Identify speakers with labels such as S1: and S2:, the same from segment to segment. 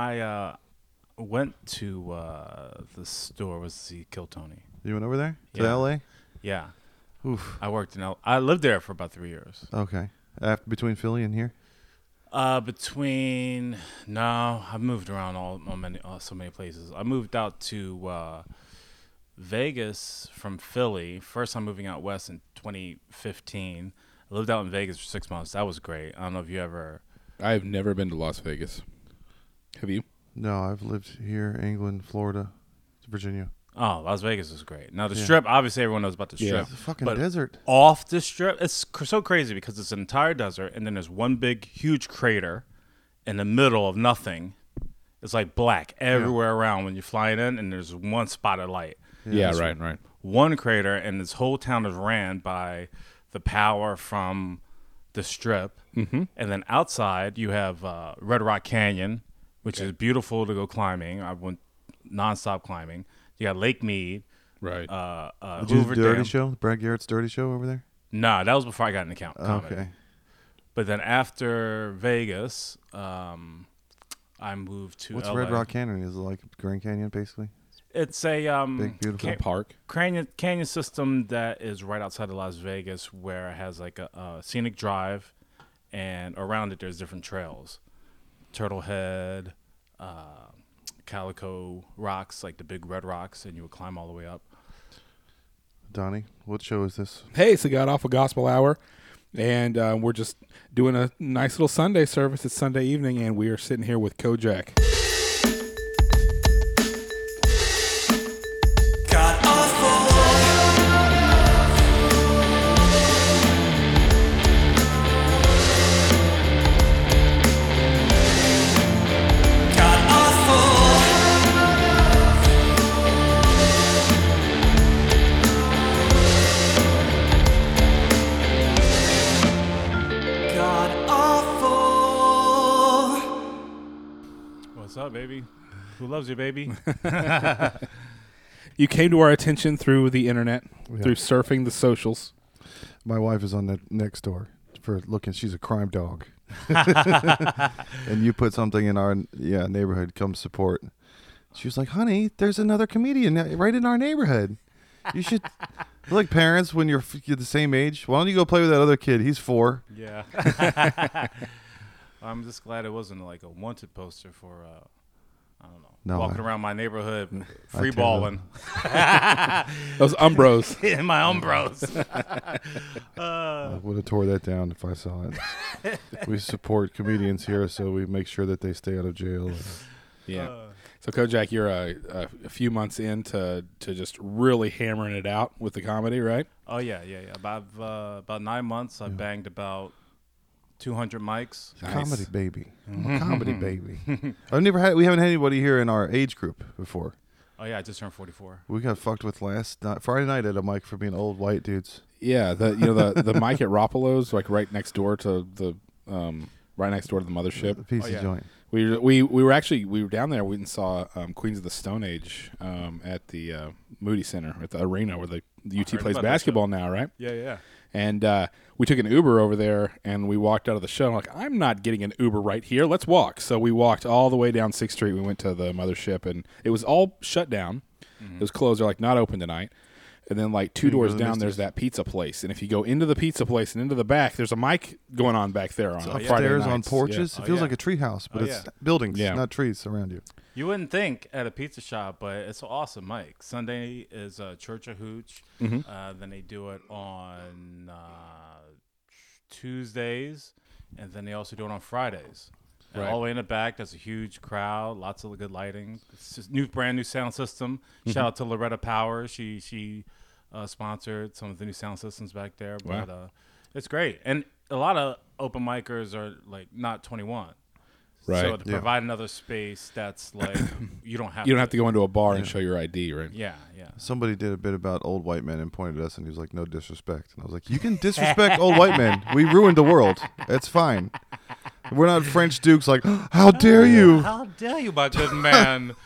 S1: I uh, went to uh, the store was to see Kill Tony.
S2: You went over there to
S1: Yeah.
S2: L.A.
S1: Yeah,
S2: Oof.
S1: I worked in. L- I lived there for about three years.
S2: Okay. After between Philly and here.
S1: Uh, between no, I've moved around all, all many uh, so many places. I moved out to uh, Vegas from Philly. First time moving out west in 2015. I lived out in Vegas for six months. That was great. I don't know if you ever.
S3: I've never been to Las Vegas. Have you?
S2: No, I've lived here, England, Florida, Virginia.
S1: Oh, Las Vegas was great. Now the
S2: Yeah.
S1: strip, obviously everyone knows about the
S3: Yeah.
S1: strip.
S2: It's a fucking
S1: But-
S2: desert.
S1: off the strip. It's cr- so crazy because it's an entire desert, and then there's one big, huge crater in the middle of nothing. It's like black everywhere around when you're flying in, and there's one spot of light.
S3: Yeah, right, right.
S1: One crater, and this whole town is ran by the power from the strip. Mm-hmm. And then outside, you have uh, Red Rock Canyon, which is beautiful to go climbing. I went nonstop climbing. You got Lake Mead.
S3: Right.
S1: Uh, uh,
S2: Did you do
S1: Hoover
S2: the Dirty
S1: Dam.
S2: Show? Brad Garrett's Dirty Show over there?
S1: Nah, that was before I got into count. comedy.
S2: Okay.
S1: But then after Vegas, um, I moved to
S2: What's
S1: LA.
S2: Red Rock Canyon? Is it like Grand Canyon, basically?
S1: It's a um,
S2: Big, beautiful
S1: ca-
S3: Park.
S1: canyon canyon system that is right outside of Las Vegas, where it has like a, a scenic drive, and around it there's different trails, Turtle Head, uh, Calico Rocks, like the big red rocks, and you would climb all the way up.
S2: Donnie, what show is this?
S3: Hey, it's the God Awful Gospel Hour, and uh, we're just doing a nice little Sunday service. It's Sunday evening, and we are sitting here with Kojak.
S1: What's up, baby? Who loves you, baby?
S3: You came to our attention through the internet,
S2: Yeah.
S3: through surfing the socials.
S2: My wife is on the next door for looking. She's a crime dog. and you put something in our yeah neighborhood. Come support. She was like, "Honey, there's another comedian right in our neighborhood. You should like parents when you're, f- you're the same age. Why don't you go play with that other kid? He's four.
S1: yeah. I'm just glad it wasn't like a wanted poster for. Uh, I don't know.
S2: No,
S1: walking
S2: I-
S1: around my neighborhood, free
S2: tell
S1: balling
S3: Those Umbros.
S1: in my Umbros.
S2: I would have tore that down if I saw it. we support comedians here, so we make sure that they stay out of jail.
S3: Yeah. so Kojak, you're a, a few months into to just really hammering it out with the comedy, right?
S1: oh yeah, yeah, yeah. About uh, about nine months, I banged about 200 mics.
S2: Comedy baby, I'm a comedy baby. I've never had. We haven't had anybody here in our age group before.
S1: Oh yeah, I just turned 44.
S2: We got fucked with last night, Friday night at a mic for being old white dudes.
S3: Yeah, the you know the the mic at Ropolo's, like right next door to the um right next door to the mothership.
S2: A piece
S1: Oh,
S2: of
S1: yeah.
S2: joint.
S3: We we we were actually we were down there. We went and saw um, Queens of the Stone Age um, at the uh, Moody Center at the arena where the, the UT
S1: heard
S3: plays
S1: about that
S3: basketball now, right?
S1: Yeah, yeah.
S3: And uh, we took an Uber over there, and we walked out of the show. I'm like, I'm not getting an Uber right here. Let's walk. So we walked all the way down Sixth Street. We went to the mothership, and it was all shut down.
S2: Mm-hmm.
S3: It was closed. They're like not open tonight. And then like two doors
S2: to the
S3: down, there's that pizza place. And if you go into the pizza place and into the back, there's a mic going on back there
S2: Oh,
S3: on Friday
S2: Upstairs on
S3: nights. Yeah.
S2: porches. It
S1: Oh,
S2: feels
S1: yeah.
S2: like a tree house, but
S1: Oh,
S2: it's
S1: yeah.
S2: buildings,
S3: Yeah.
S2: not trees around you.
S1: You wouldn't think at a pizza shop, but it's an awesome mic. Sunday is uh, Church of Hooch.
S3: Mm-hmm.
S1: Uh, then they do it on uh, Tuesdays, and then they also do it on Fridays. And
S3: Right.
S1: All the way in the back, there's a huge crowd, lots of good lighting. It's just new, brand new sound system.
S3: Mm-hmm.
S1: Shout out to Loretta Power. She she uh, sponsored some of the new sound systems back there. But uh, it's great, and a lot of open micers are like not 21.
S3: Right.
S1: So to
S2: Yeah.
S1: provide another space that's like you don't have
S3: You don't have to go into a bar and show your ID, right?
S1: Yeah, yeah.
S2: Somebody did a bit about old white men and pointed at us, and he was like, "No disrespect." And I was like, "You can disrespect old white men. We ruined the world. It's fine. We're not French dukes. Like, how dare you?
S1: How dare you, my good man?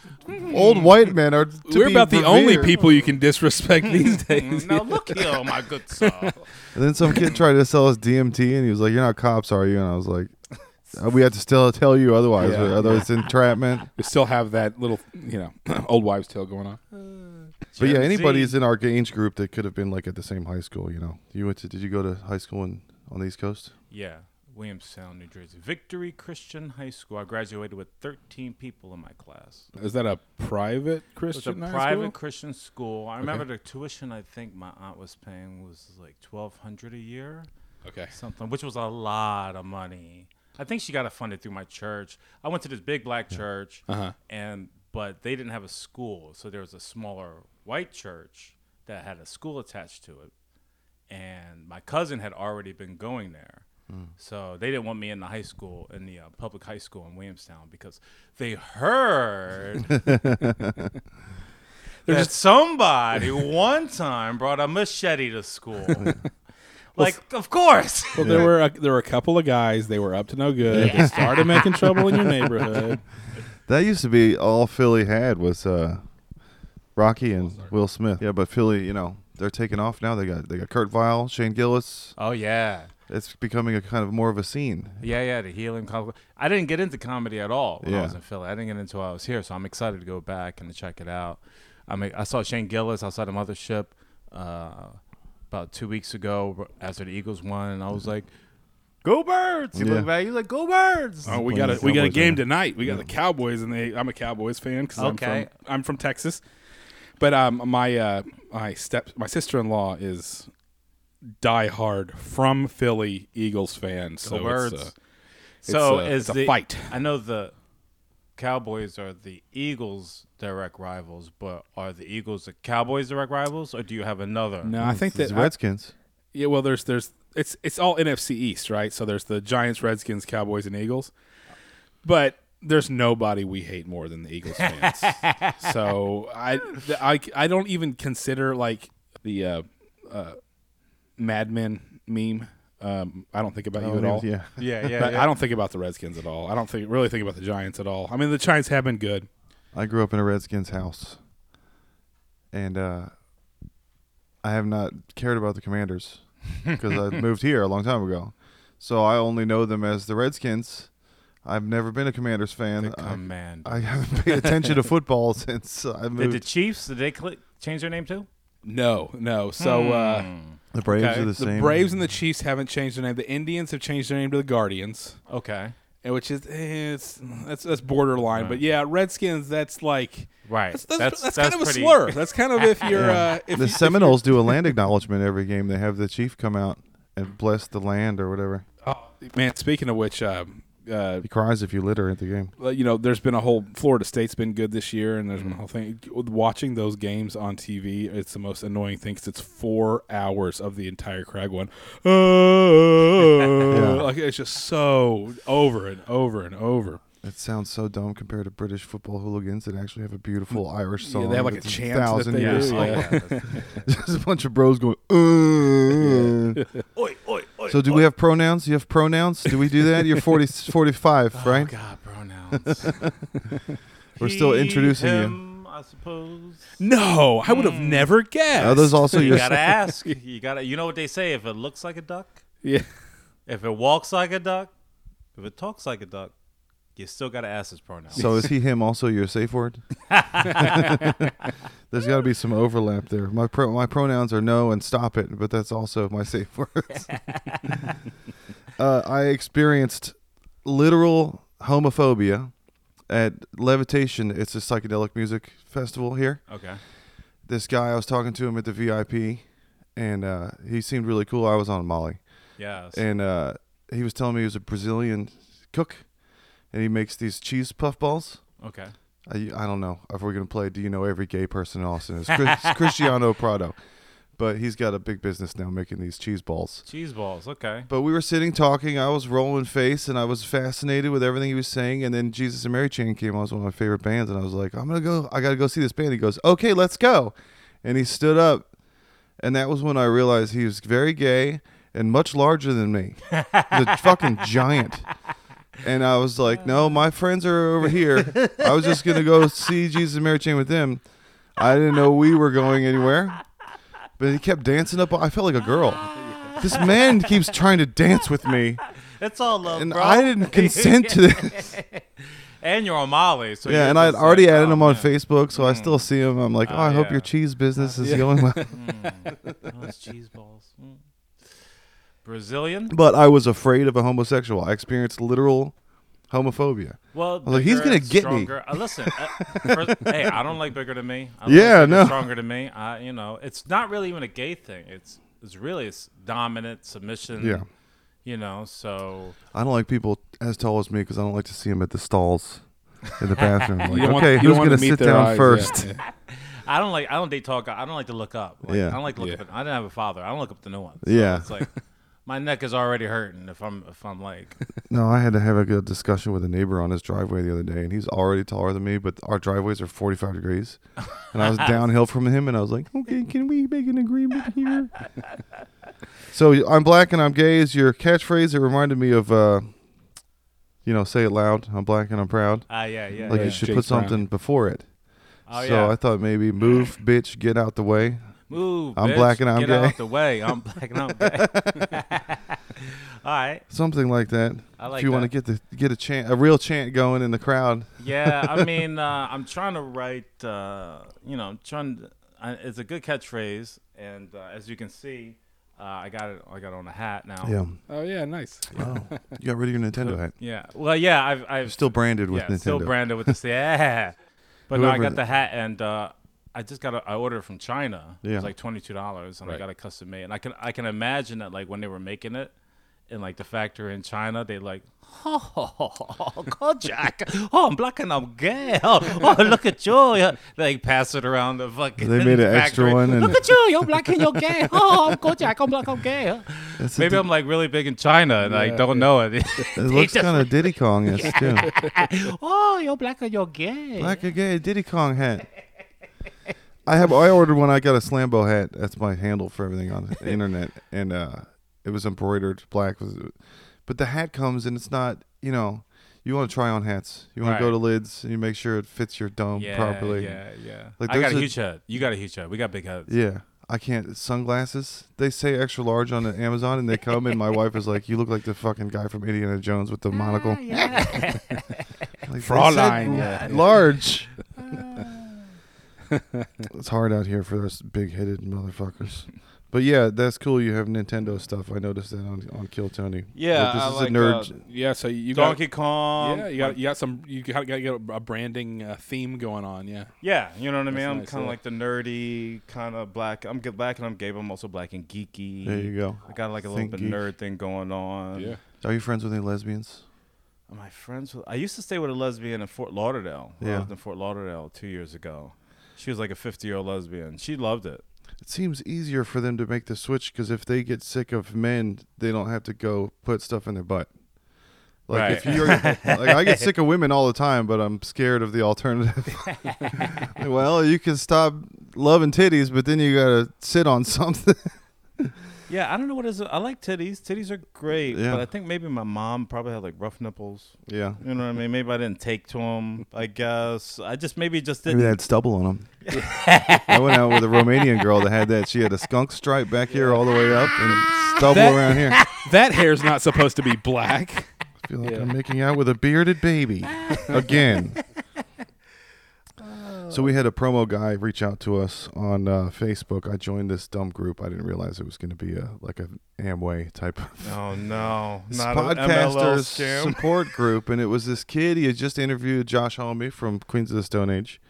S2: Old white men are. To
S3: We're
S2: be
S3: about the only
S2: revered."
S3: people you can disrespect these days.
S1: now look here, my good sir.
S2: And then some kid tried to sell us DMT, and he was like, "You're not cops, are you?" And I was like, Uh, We have to still tell you otherwise.
S3: Yeah.
S2: or otherwise, entrapment.
S3: We still have that little, you know, old wives' tale going on.
S2: But yeah,
S1: Gen
S2: anybody
S1: Z.
S2: is in our age group that could have been like at the same high school. You know, you went to? Did you go to high school in on the East Coast?
S1: Yeah, Williamstown, New Jersey. Victory Christian High School. I graduated with 13 people in my class.
S3: Is that a private
S1: It's a
S3: Christian? high
S1: private
S3: school?
S1: Christian school. I remember the tuition I think my aunt was paying was like 1200 a year,
S3: Okay.
S1: something, which was a lot of money. I think she got it funded through my church. I went to this big black church
S3: Uh-huh.
S1: and but they didn't have a school, so there was a smaller white church that had a school attached to it. And my cousin had already been going there. So they didn't want me in the high school in the uh, public high school in Williamstown because they heard that somebody one time brought a machete to school. like, of course.
S3: Well, there were a, there were a couple of guys. They were up to no good. They started making trouble in your neighborhood.
S2: That used to be all Philly had was uh, Rocky and Will Smith. Yeah, but Philly, you know, they're taking off now. They got they got Kurt Vile, Shane Gillis.
S1: Oh yeah,
S2: It's becoming a kind of more of a scene.
S1: yeah, yeah. The healing comedy. I didn't get into comedy at all when I
S2: Yeah.
S1: was in Philly. I didn't get into it. While I was here, so I'm excited to go back and to check it out. I mean, I saw Shane Gillis outside of Mothership uh, about two weeks ago after the Eagles won, and I was like, "Go Birds!" He
S2: Yeah.
S1: looked back. He's like, "Go Birds!"
S3: Oh, we
S2: Playing
S3: got a
S2: the
S3: we got a
S2: Cowboys,
S3: game
S2: yeah.
S3: tonight. We got the Cowboys, and they. I'm a Cowboys fan because I'm
S1: Okay.
S3: from I'm from Texas. But um, my uh, my step my sister in law is diehard from Philly Eagles fan. So
S1: Birds.
S3: It's, uh,
S1: so
S3: it's a-
S1: is
S3: it's a
S1: the-
S3: fight.
S1: I know the Cowboys are the Eagles' direct rivals, but are the Eagles the Cowboys' direct rivals, or do you have another?
S3: no, I think
S2: It's
S3: that
S2: the
S3: I,
S2: Redskins.
S3: yeah. Well, there's there's it's it's all NFC East, right? So there's the Giants, Redskins, Cowboys, and Eagles. But there's nobody we hate more than the Eagles fans. so I, th- I I don't even consider like the uh, uh, Mad Men meme. Um, I don't think about you at all.
S2: Yeah.
S1: Yeah, yeah.
S3: But I don't think about the Redskins at all. I don't think really think about the Giants at all. I mean, the Giants have been good.
S2: I grew up in a Redskins house, and uh, I have not cared about the Commanders because I moved here a long time ago, so I only know them as the Redskins. I've never been a Commanders fan. I,
S1: Command.
S2: I haven't paid attention to football since I
S1: Did
S2: moved.
S1: the Chiefs? Did they cl- change their name too?
S3: No, no. So uh,
S1: Hmm.
S2: the Braves
S1: okay.
S2: are the,
S1: The
S2: same.
S3: Braves and the Chiefs haven't changed their name. The Indians have changed their name to the Guardians.
S1: Okay.
S3: and which is eh, it's that's that's borderline, but yeah, Redskins. That's like
S1: Right.
S3: that's that's, that's, kind of a
S1: pretty-
S3: slur. That's kind of if you're uh, if
S2: the
S3: you,
S2: Seminoles do a land acknowledgement every game. They have the chief come out and bless the land or whatever.
S3: oh, man. Speaking of which, um, uh,
S2: He cries if you litter at the game.
S3: well, you know, there's been a whole Florida State's been good this year, and there's been a whole thing. Watching those games on TV, it's the most annoying thing 'cause it's four hours of the entire crowd going, "Oh," like it's just so over and over and over.
S2: It sounds so dumb compared to British football hooligans that actually have a beautiful Irish
S3: Mm. Yeah,
S2: song.
S3: they have, like, a
S2: that's
S3: chant that they
S1: Yeah.
S3: do,
S1: Oh,
S3: yeah.
S1: yeah. that's-
S2: Just a bunch of bros going. "Uh."
S1: Oi, oi, oi.
S2: so do we have pronouns? You have pronouns? Do we do that? You're 40, 45,
S1: Oh,
S2: right?
S1: God, pronouns.
S2: We're still
S1: He,
S2: introducing you.
S1: him, I suppose.
S3: No, I would have never guessed.
S2: Are those also
S1: You
S2: your?
S1: gotta ask. You gotta. You know what they say? If it looks like a duck,
S3: yeah.
S1: if it walks like a duck, if it talks like a duck, you still gotta ask his pronouns.
S2: So is he him also your safe word? There's got to be some overlap there. My pro- my pronouns are no and stop it, but that's also my safe words. uh, I experienced literal homophobia at Levitation. It's a psychedelic music festival here
S1: okay.
S2: this guy I was talking to him at the VIP, and uh, he seemed really cool. I was on Molly,
S1: Yeah. so-
S2: and uh, he was telling me he was a Brazilian cook, and he makes these cheese puff balls.
S1: okay.
S2: I, I don't know if we're gonna play. Do you know every gay person in Austin? It's, Chris, it's Cristiano Prado, but he's got a big business now making these cheese balls.
S1: Cheese balls. Okay.
S2: But we were sitting talking. I was rolling face, and I was fascinated with everything he was saying. And then Jesus and Mary Chain came on. It was one of my favorite bands, and I was like, "I'm gonna go. I gotta go see this band." He goes, "Okay, let's go." And he stood up, and that was when I realized he was very gay and much larger than me, the fucking giant. And I was like, "No, my friends are over here. I was just gonna go see Jesus and Mary Chain with them. I didn't know we were going anywhere." But he kept dancing up. I felt like a girl. This man keeps trying to dance with me.
S1: It's all love,
S2: and
S1: bro.
S2: I didn't consent to this.
S1: and you're on Molly, so
S2: yeah,
S1: you're
S2: and I had
S1: just
S2: already
S1: like,
S2: added
S1: oh,
S2: him on
S1: man.
S2: Facebook, so I
S3: Mm.
S2: still see him. I'm like, oh,
S1: Ah,
S2: I hope
S1: yeah.
S2: your cheese business is going well.
S1: Mm. Those cheese balls. Mm. Brazilian.
S2: but I was afraid of a homosexual. I experienced literal homophobia.
S1: Well,
S2: was like, he's
S1: bigger,
S2: gonna get me.
S1: stronger. Uh, listen, uh, first- hey, I don't like bigger than me. I don't
S2: Yeah,
S1: like bigger,
S2: no.
S1: stronger than me. I, you know, it's not really even a gay thing. It's it's really it's dominant submission.
S2: Yeah.
S1: you know, so
S2: I don't like people as tall as me because I don't like to see them at the stalls in the bathroom. Like,
S3: You don't want-
S2: okay,
S3: you don't
S2: who's
S3: want
S2: gonna
S3: to meet
S2: sit
S3: their
S2: down
S3: eyes, yeah.
S2: first?
S1: I don't like I don't date tall guys. I don't like to look up. Like,
S2: Yeah.
S1: I don't like to look
S3: Yeah.
S1: up. At, I didn't have a father. I don't look up to no one. So
S2: Yeah.
S1: it's like my neck is already hurting if I'm if I'm like
S2: No, I had to have a good discussion with a neighbor on his driveway the other day, and he's already taller than me, but our driveways are 45 degrees. And I was downhill from him, and I was like, okay, can we make an agreement here? so I'm black and I'm gay is your catchphrase. It reminded me of, uh, you know, say it loud. I'm black and I'm proud.
S1: ah yeah yeah.
S2: Like
S1: yeah.
S2: you should
S3: James
S2: put
S3: Brown.
S2: something before it.
S1: oh
S2: so
S1: yeah.
S2: I thought maybe move, bitch, get out the way.
S1: Move.
S2: I'm
S1: bitch.
S2: black and I'm
S1: Get
S2: gay.
S1: out the way. I'm black and I'm gay. All right.
S2: Something like that.
S1: I like
S2: if you want to
S1: that.
S2: get the get a chant, a real chant going in the crowd.
S1: Yeah, I mean, uh, I'm trying to write. Uh, you know, I'm trying. To, I, it's a good catchphrase, and uh, as you can see, uh, I got it. I got it on a hat now.
S2: Yeah.
S3: Oh yeah, nice.
S2: Oh, you got rid of your Nintendo hat.
S1: Yeah. Well, yeah. I've. I've
S2: Still branded with
S1: yeah,
S2: Nintendo.
S1: still branded with this. Yeah. But no, I
S2: Whoever
S1: got
S2: the-
S1: the hat, and uh, I just got. A, I ordered from China. It
S2: Yeah.
S1: was like twenty two dollars, and I
S3: Right.
S1: got it custom made. And I can. I can imagine that, like when they were making it. In like the factory in China, they like, oh, God, Jack, oh, I'm black and I'm gay. Oh, oh look at you. Yeah. They pass it around the fucking.
S2: They made an extra
S1: factory.
S2: one and-
S1: Look at you, you're black and you're gay. Oh, I'm Kojak, I'm black, I'm gay.
S2: That's a
S1: Maybe
S2: di-
S1: I'm like really big in China and I
S3: Yeah,
S1: don't know it.
S2: it looks kind of Diddy Kong esque too.
S1: oh, you're black and you're gay.
S2: Black again, Diddy Kong hat. I have. I ordered one. I got a Slambo hat. That's my handle for everything on the internet, and uh, it was embroidered black. Was, but the hat comes and it's not. You know, you want to try on hats. You want to go
S1: Right.
S2: to lids and you make sure it fits your dome properly.
S1: Yeah, yeah.
S2: Like,
S1: I got
S2: there's
S1: a
S2: a-
S1: huge head. You got a huge head. We got big heads.
S2: Yeah. I can't sunglasses. They say extra large on the Amazon, and they come, and my wife is like, "You look like the fucking guy from Indiana Jones with the monocle." Like, they said
S3: Fraulein, yeah.
S2: large. it's hard out here for those big-headed motherfuckers. But yeah, that's cool. You have Nintendo stuff. I noticed that on on Kill Tony.
S3: Yeah,
S2: But this
S3: I
S2: is
S3: like,
S2: a nerd.
S3: uh, yeah, so you got
S1: Donkey Kong.
S3: yeah, you got you got some you got, got to get a branding uh, theme going on. Yeah,
S1: Yeah, you know what I mean.
S3: That's
S1: I'm
S3: nice,
S1: kind of
S3: yeah.
S1: like the nerdy, kind of black. I'm good black and I'm gay, but I'm also black and geeky.
S2: there you go.
S1: I got like a
S2: Think
S1: little bit
S2: geek.
S1: nerd thing going on.
S3: yeah.
S2: Are you friends with any lesbians?
S1: Am I friends with? I used to stay with a lesbian in Fort Lauderdale. When I
S2: Yeah.
S1: lived in Fort Lauderdale two years ago. She was like a 50 year old lesbian. She loved it.
S2: It seems easier for them to make the switch because if they get sick of men, they don't have to go put stuff in their butt. Like if
S1: Right.
S2: you're, like I get sick of women all the time, but I'm scared of the alternative. well, you can stop loving titties, but then you gotta sit on something.
S1: Yeah, I don't know what is it. I like titties. Titties are great,
S2: Yeah.
S1: but I think maybe my mom probably had like rough nipples.
S2: yeah,
S1: You know what I mean? Maybe I didn't take to him. I guess I just maybe just
S2: maybe they
S1: didn't.
S2: had stubble on them. I went out with a Romanian girl that had that. She had a skunk stripe back here all the way up and stubble
S3: That-
S2: around here. I
S3: That hair's not supposed to be black.
S2: feel like
S3: Yeah.
S2: I'm making out with a bearded baby again. So we had a promo guy reach out to us on uh, Facebook. I joined this dumb group. I didn't realize it was going to be a like a Amway type of
S1: Oh no, not a MLL
S2: podcasters
S1: scam.
S2: support group, and it was this kid. He had just interviewed Josh Homme from Queens of the Stone Age,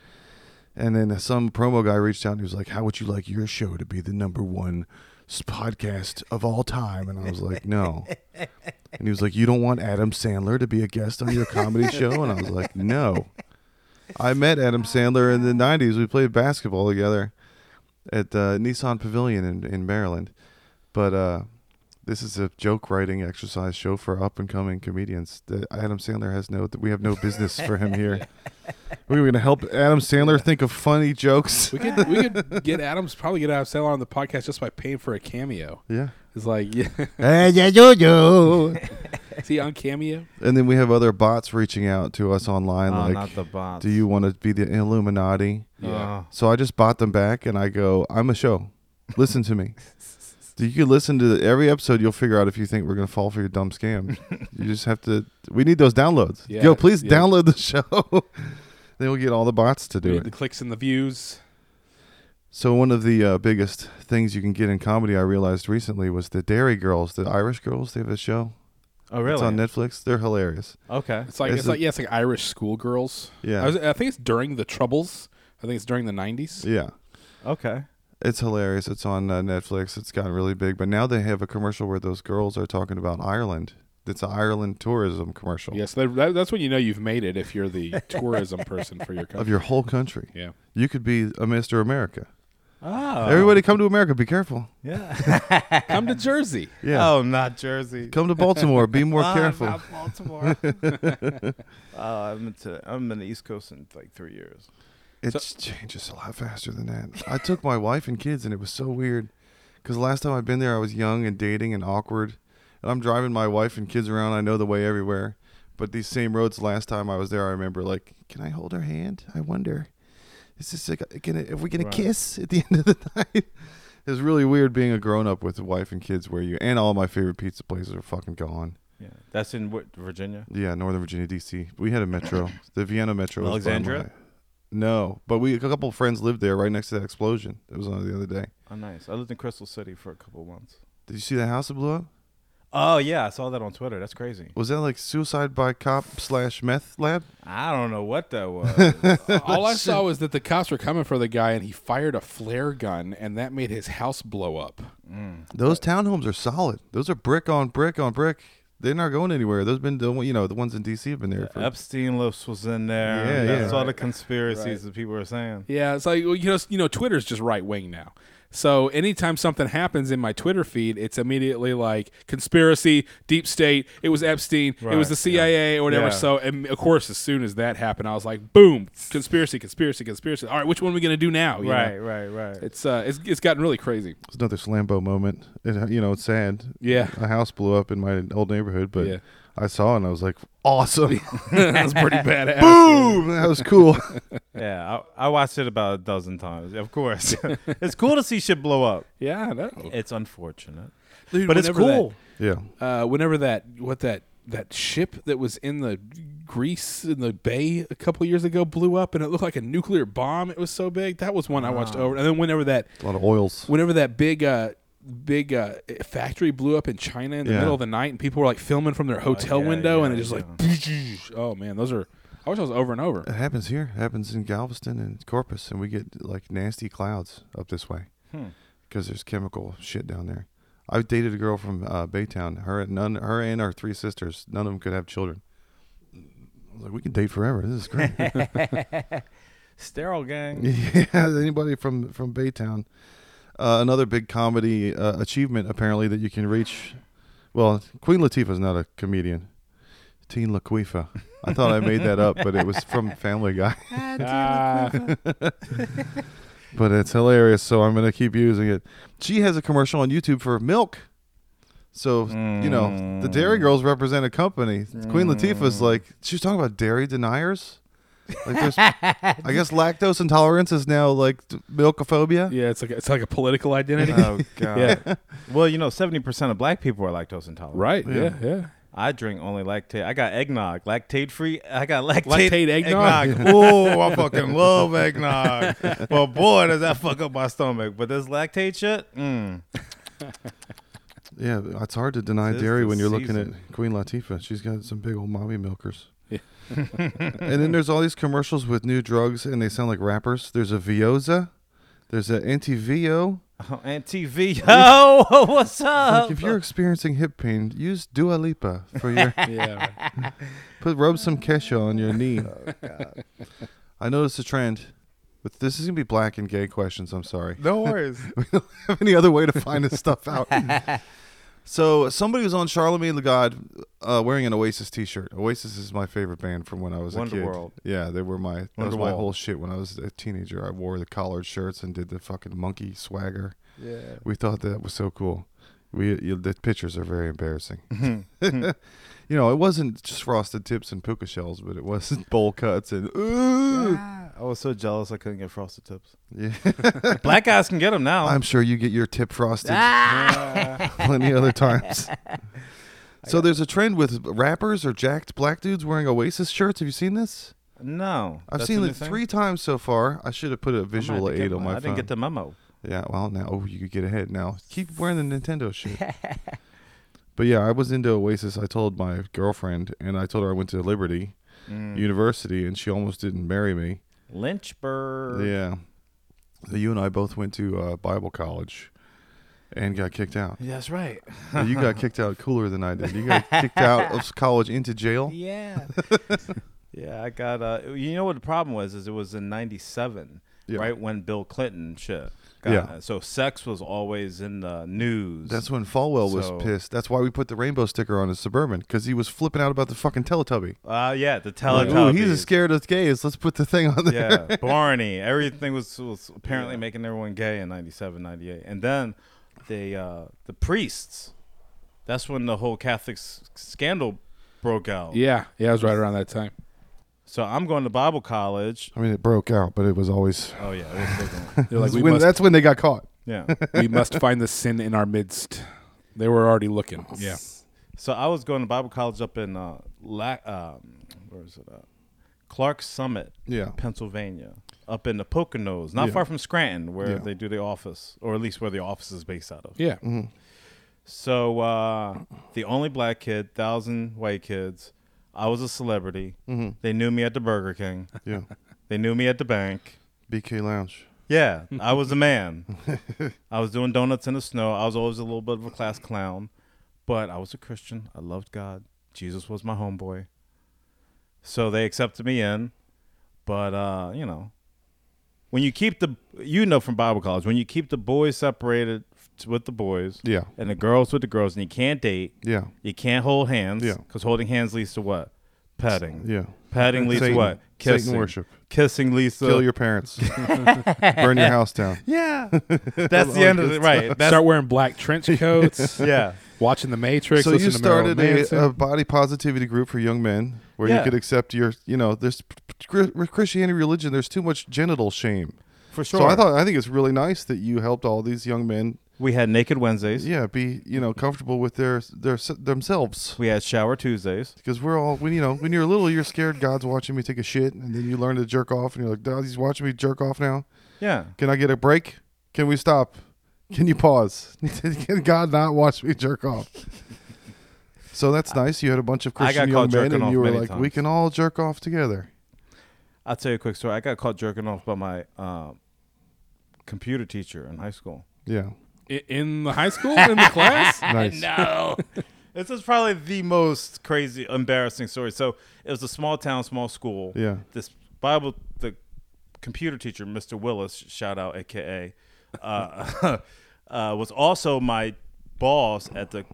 S2: and then some promo guy reached out and he was like, "How would you like your show to be the number one s- podcast of all time?" And I was like, "No." And he was like, "You don't want Adam Sandler to be a guest on your comedy show?" And I was like, "No." I met Adam Sandler in the '90s. We played basketball together at uh, Nissan Pavilion in, in Maryland, but. uh this is a joke writing exercise show for up and coming comedians. That Adam Sandler has no that we have no business for him here. We were gonna help Adam Sandler think of funny jokes.
S3: We could we could get Adams probably get Adam Sandler on the podcast just by paying for a cameo.
S2: Yeah.
S3: It's like yeah,
S2: and
S3: is he on cameo?
S2: then we have other bots reaching out to us online
S1: Oh,
S2: like
S1: not the bots.
S2: do you want to be the Illuminati?
S1: Yeah.
S2: So I just bought them back and I go, I'm a show. Listen to me. You could listen to every episode. You'll figure out if you think we're gonna fall for your dumb scam. you just have to. We need those downloads.
S3: Yeah,
S2: Yo, please
S3: yeah.
S2: download the show. then we'll get all the bots to do
S3: Need
S2: it.
S3: the clicks and the views.
S2: So one of the uh, biggest things you can get in comedy, I realized recently, was the Dairy Girls, the Irish girls. They have a show.
S1: Oh, really?
S2: It's on Netflix. They're hilarious.
S1: okay.
S3: It's like
S2: Is
S3: it's,
S2: it-
S3: like yeah, it's like Irish schoolgirls.
S2: Yeah.
S3: I, was, I think it's during the Troubles. I think it's during the '90s.
S2: Yeah,
S1: Okay.
S2: it's hilarious. It's on uh, Netflix. It's gotten really big, but now they have a commercial where those girls are talking about Ireland. It's an Ireland tourism commercial
S3: Yes, that, that- that's when you know you've made it if you're the tourism person for your
S2: of
S3: company.
S2: your whole country.
S3: Yeah,
S2: You could be a Mister America.
S1: Oh.
S2: Everybody, come to America. Be careful.
S1: Yeah.
S3: come to Jersey.
S2: Yeah.
S1: Oh, not Jersey.
S2: Come to Baltimore. Be more
S1: Ah,
S2: careful.
S1: not Baltimore. uh, I'm into. I'm in the East Coast in like three years.
S2: It changes a lot faster than that. I took my wife and kids, and it was so weird. Because last time I'd been there, I was young and dating and awkward. And I'm driving my wife and kids around. I know the way everywhere. But these same roads last time I was there, I remember like, can I hold her hand? I wonder. Is this like, can I, are we gonna
S1: Right.
S2: kiss at the end of the night? It was really weird being a grown up with a wife and kids where you and all my favorite pizza places are fucking gone.
S1: Yeah, that's in what, Virginia.
S2: Yeah, Northern Virginia, D.C. We had a metro. the Vienna Metro. was by
S1: Alexandria?
S2: my- No, but we a couple of friends lived there right next to that explosion that was on the other day.
S1: Oh, nice. I lived in Crystal City for a couple of months.
S2: Did you see the house that blew up?
S1: Oh yeah, I saw that on Twitter. That's crazy.
S2: Was that like suicide by cop slash meth lab?
S1: I don't know what that was.
S3: All I saw was that the cops were coming for the guy, and he fired a flare gun, and that made his house blow up.
S2: Those townhomes are solid. Those are brick on brick on brick. They're not going anywhere. Those been the one- you know the ones in D.C. have been there for.
S1: Epstein Lips was in there.
S2: Yeah,
S1: that's
S2: yeah.
S1: all the conspiracies that people were saying.
S3: Yeah, it's like well, you know, you know, Twitter's just right wing now. So anytime something happens in my Twitter feed, it's immediately like conspiracy, deep state. It was Epstein. It
S1: Right,
S3: was the CIA or whatever.
S1: Yeah.
S3: So and of course, as soon as that happened, I was like, boom, conspiracy, conspiracy, conspiracy. All right, which one are we gonna do now? You know?
S1: Right, right, right.
S3: It's uh, it's, it's gotten really crazy.
S2: It's another Slambo moment. It, you know it's sad.
S3: Yeah.
S2: A house blew up in my old neighborhood, but
S3: Yeah.
S2: I saw it and I was like, awesome.
S3: That's pretty badass.
S2: Boom! That was cool.
S1: yeah, I, I watched it about a dozen times. Of course, it's cool to see shit blow up.
S3: Yeah, I know.
S1: It's unfortunate,
S3: Dude,
S1: but it's
S3: whenever that-
S1: cool.
S2: yeah.
S3: uh, whenever that what that that ship that was in the Greece in the bay a couple years ago blew up and it looked like a nuclear bomb. It was so big. That was one I watched over. And then whenever that
S2: A lot of oils.
S3: whenever that big uh, big uh, factory blew up in China in the
S2: Yeah.
S3: middle of the night and people were like filming from their hotel
S1: Uh, yeah,
S3: window
S1: yeah,
S3: and it just like oh man, those are I wish I was over and over.
S2: It happens here. It happens in Galveston and Corpus, and we get like nasty clouds up this way
S1: Hmm.
S2: because there's chemical shit down there. I dated a girl from uh, Baytown. Her and none, her and her three sisters. None of them could have children. I was like, we can date forever. This is great.
S1: Sterile gang.
S2: yeah, anybody from from Baytown. Uh, another big comedy uh, achievement apparently that you can reach. Well, Queen Latifah's not a comedian. Teen Laquifa. I thought I made that up, but it was from Family Guy.
S3: Ah,
S2: but it's hilarious, so I'm gonna keep using it. She has a commercial on YouTube for milk. So you know the
S1: Mm.
S2: Dairy Girls represent a company. Queen Latifah's like she's talking about dairy deniers. Like there's, I guess lactose intolerance is now like d- milkophobia.
S3: yeah, it's like it's like a political identity.
S1: Oh god.
S3: Yeah.
S1: Well, you know, seventy percent of black people are lactose intolerant.
S3: right.
S2: Yeah.
S3: Yeah. Yeah.
S1: I drink only lactate. I got eggnog, lactate free. I got lactate,
S3: Lactate eggnog?
S1: Whoa, I fucking love eggnog. Well, boy, does that fuck up my stomach. But this lactate shit, mm.
S2: Yeah, it's hard to deny
S1: Tis
S2: dairy
S1: the
S2: when you're looking
S1: season.
S2: at Queen Latifah. She's got some big old mommy milkers.
S3: Yeah.
S2: and then there's all these commercials with new drugs, and they sound like rappers. There's a Vioza. There's an anti-VO.
S1: oh, and TV. Oh, what's up?
S2: Like if you're experiencing hip pain, use Dua Lipa for your
S3: yeah. right.
S2: put rub some Kesha on your knee. I noticed a trend. With this is gonna be black and gay questions. I'm sorry.
S1: no worries.
S2: We don't have any other way to find this stuff out. so somebody was on Charlemagne the God uh, wearing an Oasis T-shirt. Oasis is my favorite band from when I was a kid.
S1: Wonderworld.
S2: Yeah, they were my that was my
S1: Wonderwall.
S2: whole shit when I was a teenager. I wore the collared shirts and did the fucking monkey swagger.
S3: Yeah.
S2: We thought that was so cool. We you, the pictures are very embarrassing. you know, it wasn't just frosted tips and puka shells, but it was bowl cuts and ooh.
S1: Ah, I was so jealous I couldn't get frosted tips.
S2: Yeah.
S4: Black guys can get them now.
S2: I'm sure you get your tip frosted
S4: Ah.
S2: plenty other times. So there's a trend with rappers or jacked black dudes wearing Oasis shirts. Have you seen this?
S1: No,
S2: I've
S1: that's a
S2: seen
S1: new
S2: it
S1: thing?
S2: three times so far. I should have put a
S4: I might
S2: visual
S4: have to
S2: aid
S4: get
S2: on
S4: one.
S2: my
S4: I didn't
S2: phone.
S4: get the memo.
S2: Yeah, well, now oh, you could get ahead now. Keep wearing the Nintendo shit. but yeah, I was into Oasis. I told my girlfriend, and I told her I went to Liberty
S4: Mm.
S2: University, and she almost didn't marry me.
S4: Lynchburg.
S2: Yeah, so you and I both went to uh, Bible college, and got kicked out.
S4: That's right.
S2: But you got kicked out cooler than I did. You got kicked out of college into jail.
S4: Yeah.
S1: Yeah, I got. Uh, you know what the problem was? Is it was in '97,
S2: Yeah.
S1: right when Bill Clinton shit. Got,
S2: Yeah.
S1: So sex was always in the news.
S2: That's when Falwell
S1: So-
S2: was pissed. That's why we put the rainbow sticker on his suburban because he was flipping out about the fucking Teletubby.
S1: Uh, yeah, the
S2: Like,
S1: Teletubbies.
S2: ooh, he's as scared as gays. Let's put the thing on there.
S1: yeah, Barney. Everything was, was apparently making everyone gay in 97, 98. And then the uh, the priests. That's when the whole Catholic s- scandal broke out.
S3: Yeah, yeah, it was right around that time.
S1: So I'm going to Bible college.
S2: I mean, it broke out, but it was always.
S1: Oh yeah, it was still going.
S3: They're like,
S2: that's
S3: we
S2: when,
S3: must,
S2: that's when they got caught.
S1: yeah.
S3: we must find the sin in our midst. They were already looking. Yeah,
S1: So I was going to Bible college up in uh, La- um, where is it? At? Clark Summit,
S2: Yeah.
S1: Pennsylvania, up in the Poconos, not
S2: Yeah.
S1: far from Scranton, where
S2: Yeah.
S1: they do the office, or at least where the office is based out of.
S3: yeah.
S2: Mm-hmm.
S1: So uh, the only black kid, thousand white kids. I was a celebrity. They knew me at the Burger King.
S2: Yeah.
S1: They knew me at the bank.
S2: BK Lounge.
S1: Yeah, I was a man. I was doing donuts in the snow. I was always a little bit of a class clown, but I was a Christian. I loved God. Jesus was my homeboy. So they accepted me in, but uh, you know, when you keep the you know from Bible college, when you keep the boys separated f- with the boys
S2: Yeah.
S1: and the girls with the girls and you can't date,
S2: Yeah.
S1: you can't hold hands
S2: Yeah.
S1: cuz holding hands leads to what? Petting.
S2: Yeah.
S1: Petting leads
S2: Satan.
S1: to what?
S2: Satan
S1: Kissing.
S2: worship.
S1: Kissing leads to
S2: Kill your parents. Burn your house down.
S1: yeah, that's the end of it. Right. That's,
S3: Start wearing black trench coats.
S1: yeah.
S3: watching The Matrix.
S2: so you
S3: listening to Marilyn
S2: started a,
S3: Manson.
S2: a uh, body positivity group for young men where you
S1: Yeah.
S2: could accept your, you know, there's Christianity religion. There's too much genital shame.
S1: For sure.
S2: So I thought I think it's really nice that you helped all these young men,
S1: we had naked Wednesdays.
S2: yeah, be you know comfortable with their their themselves.
S1: We had shower Tuesdays.
S2: Because we're all when you know when you're little, you're scared God's watching me take a shit, and then you learn to jerk off, and you're like, God, he's watching me jerk off now.
S1: Yeah.
S2: Can I get a break? Can we stop? Can you pause? Can God not watch me jerk off? So that's nice. You had a bunch of
S1: I got
S2: Christian young
S1: caught
S2: men,
S1: jerking
S2: and
S1: off
S2: you were
S1: many
S2: like, "We
S1: times.
S2: can all jerk off together."
S1: I'll tell you a quick story. I got caught jerking off by my uh, computer teacher in high school.
S2: Yeah,
S3: I- in the high school in the class.
S2: nice.
S1: No. this is probably the most crazy, embarrassing story. So it was a small town, small school.
S2: Yeah.
S1: This Bible, the computer teacher, Mr. Willis, shout out, AKA, uh, uh, was also my boss at the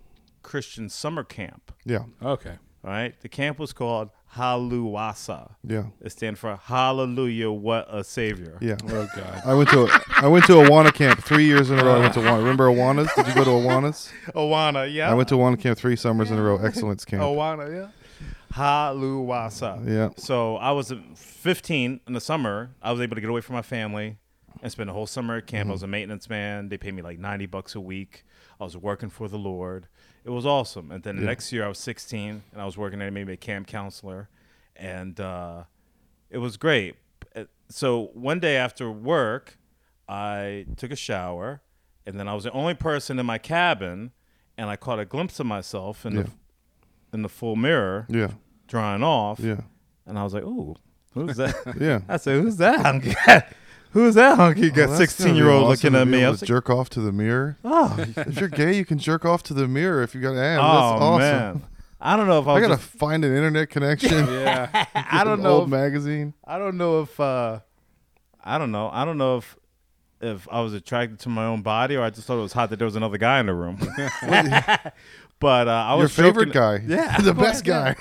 S1: Christian summer camp.
S2: Yeah,
S3: Okay.
S1: All right. The camp was called Haluwasa.
S2: yeah,
S1: It stands for Hallelujah, What a Savior.
S2: yeah.
S3: Oh God.
S2: I went to a, I went to Awana camp three years in a row. I went to Awana. Remember Awanas? Did you go to Awanas?
S1: Awana, yeah.
S2: I went to Awana camp three summers in a row. Excellence camp.
S1: Awana, yeah. Haluwasa.
S2: Yeah.
S1: So I was 15 in the summer. I was able to get away from my family and spend a whole summer at camp. I
S2: Mm-hmm.
S1: was a maintenance man. They paid me like 90 bucks a week. I was working for the Lord. It was awesome. And then the next year I was 16 and I was working at maybe a camp counselor. And uh, it was great. Uh, So one day after work, I took a shower and then I was the only person in my cabin and I caught a glimpse of myself in
S2: Yeah.
S1: the in the full mirror
S2: Yeah,
S1: drying off.
S2: yeah,
S1: And I was like, ooh, who's that?
S2: yeah.
S1: I said, who's that hunky? who's that hunky?
S2: Well,
S1: Got
S2: that's
S1: 16
S2: gonna
S1: year
S2: be
S1: old
S2: awesome
S1: looking
S2: to
S1: at
S2: be
S1: me. I
S2: able
S1: was
S2: to
S1: like,
S2: jerk off to the mirror.
S1: oh,
S2: if you're gay, you can jerk off to the mirror if you got an
S1: oh
S2: ab. That's awesome.
S1: man. I don't know if I,
S2: I
S1: was
S2: gotta
S1: just-
S2: find an internet connection.
S3: Yeah.
S1: I don't
S2: an
S1: know.
S2: Old
S1: If,
S2: magazine.
S1: I don't know if, uh, I don't know. I don't know if, if I was attracted to my own body or I just thought it was hot that there was another guy in the room. but uh, I
S2: Your
S1: was
S2: favorite
S1: stroking-
S2: guy.
S1: Yeah.
S2: the best guy.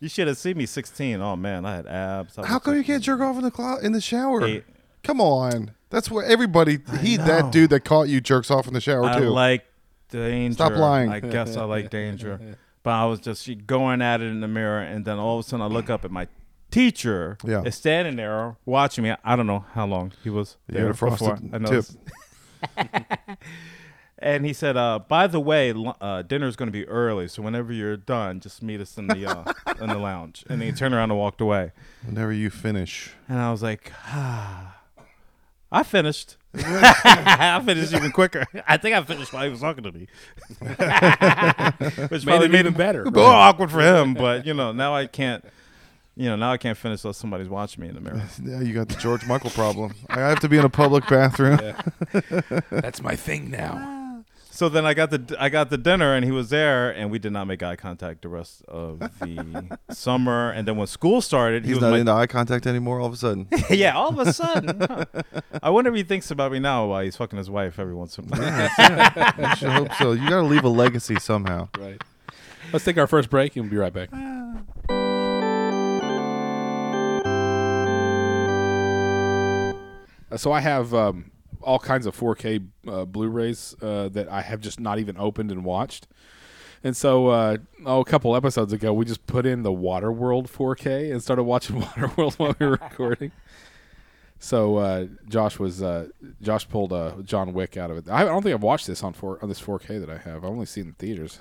S1: You should have seen me 16. Oh man, I had abs. I
S2: How
S1: was
S2: come you
S1: like-
S2: can't jerk off in the clo- in the shower?
S1: Eight.
S2: Come on. That's where everybody he
S1: know.
S2: that dude that caught you jerks off in the shower
S1: I
S2: too.
S1: like danger.
S2: Stop lying.
S1: I guess I like danger. But I was just she going at it in the mirror, and then all of a sudden I look up and my teacher
S2: Yeah.
S1: is standing there watching me. I don't know how long he was
S2: You
S1: there
S2: had a frosted
S1: before. I know
S2: tip.
S1: this. And he said, uh, "By the way, lu- uh, dinner's going to be early, so whenever you're done, just meet us in the uh, in the lounge." And then he turned around and walked away.
S2: Whenever you finish,
S1: And I was like, ah, I finished. I finished even quicker. I think I finished while he was talking to me, which
S3: Made
S1: probably
S3: it
S1: made
S3: even
S1: him
S3: better.
S1: more awkward for him. But you know, now I can't. You know, now I can't finish unless somebody's watching me in the mirror.
S2: yeah, you got the George Michael problem. I have to be in a public bathroom.
S3: That's my thing now.
S1: So then I got the I got the dinner, and he was there, and we did not make eye contact the rest of the summer. And then when school started, he
S2: He's
S1: was
S2: not
S1: like,
S2: into eye contact anymore. All of a sudden,
S1: yeah, all of a sudden, huh. I wonder if he thinks about me now while he's fucking his wife every once in a while.
S2: I should hope so. You got to leave a legacy somehow.
S3: Right. Let's take our first break and we'll be right back. Uh, So I have um, all kinds of 4K uh, Blu-rays uh, that I have just not even opened and watched. And so, uh, oh, a couple episodes ago, we just put in the Waterworld 4K and started watching Waterworld while we were recording. So uh, Josh was uh, Josh pulled uh, John Wick out of it. I don't think I've watched this on four on this 4K that I have. I've only seen it in theaters.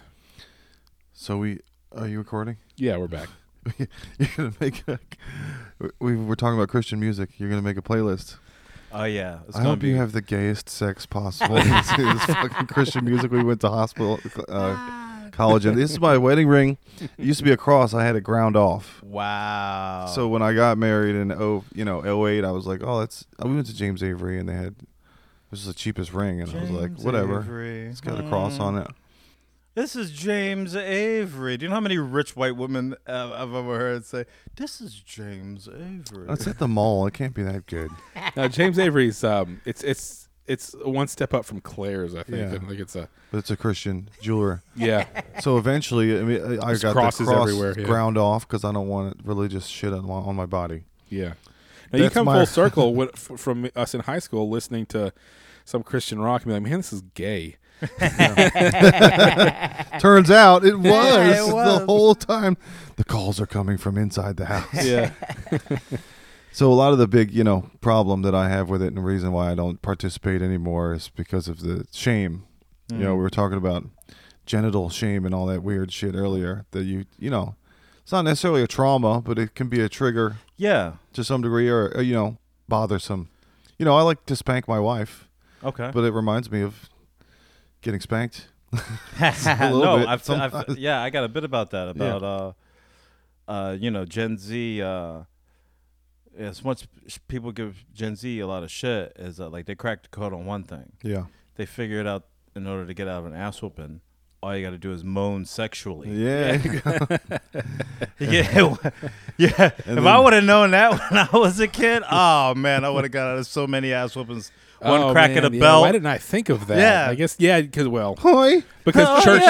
S2: So we are you recording?
S3: Yeah, we're back.
S2: You're gonna make a. We were talking about Christian music. You're gonna make a playlist.
S1: Oh yeah, it's
S2: I
S1: gonna
S2: hope
S1: be.
S2: you have the gayest sex possible. this is fucking Christian music. We went to hospital uh, college, and this is my wedding ring. It used to be a cross. I had it ground off.
S1: wow.
S2: So when I got married in oh you know 08, I was like, oh, that's. We went to James Avery, and they had this is the cheapest ring, and I was like, whatever. It's got a cross on it.
S1: This is James Avery. Do you know how many rich white women uh, I've ever heard say, "This is James Avery"?
S2: It's at the mall. It can't be that good.
S3: Now James Avery's um, it's it's it's one step up from Claire's. I think.
S2: Yeah.
S3: I think it's a
S2: But it's a Christian jeweler.
S3: yeah.
S2: So eventually, I mean, I I
S3: Just
S2: got
S3: crosses
S2: the cross
S3: everywhere, yeah.
S2: ground off because I don't want religious shit on my, on my body.
S3: Yeah. Now you
S2: That's
S3: come
S2: my-
S3: full circle with, f- from us in high school listening to some Christian rock and be like, man, this is gay.
S2: Turns out it was,
S1: Yeah, it
S2: the
S1: was.
S2: whole time. The calls are coming from inside the house.
S3: Yeah.
S2: so a lot of the big, you know, problem that I have with it and the reason why I don't participate anymore is because of the shame. You know, we were talking about genital shame and all that weird shit earlier that you, you know, it's not necessarily a trauma, but it can be a trigger
S1: Yeah.
S2: to some degree or, or you know, bothersome. You know, I like to spank my wife.
S1: Okay.
S2: but it reminds me of getting spanked. little
S1: no,
S2: bit
S1: I've, I've-
S2: sometimes.
S1: yeah, I got a bit about that about uh, uh, you know, Gen Z. Uh, as much as people give Gen Z a lot of shit, is that like they cracked the code on one thing.
S2: Yeah,
S1: They figured out in order to get out of an ass whooping, all you got to do is moan sexually.
S2: yeah.
S1: Yeah, yeah. if I would have known that when I was a kid, oh man, I would have got out of so many ass whoopings. One
S3: Oh,
S1: crack at
S3: man,
S1: a
S3: yeah.
S1: belt.
S3: Why didn't I think of that?
S1: Yeah.
S3: I guess, yeah, because, well,
S2: Hoi.
S3: because
S1: Oh,
S3: church.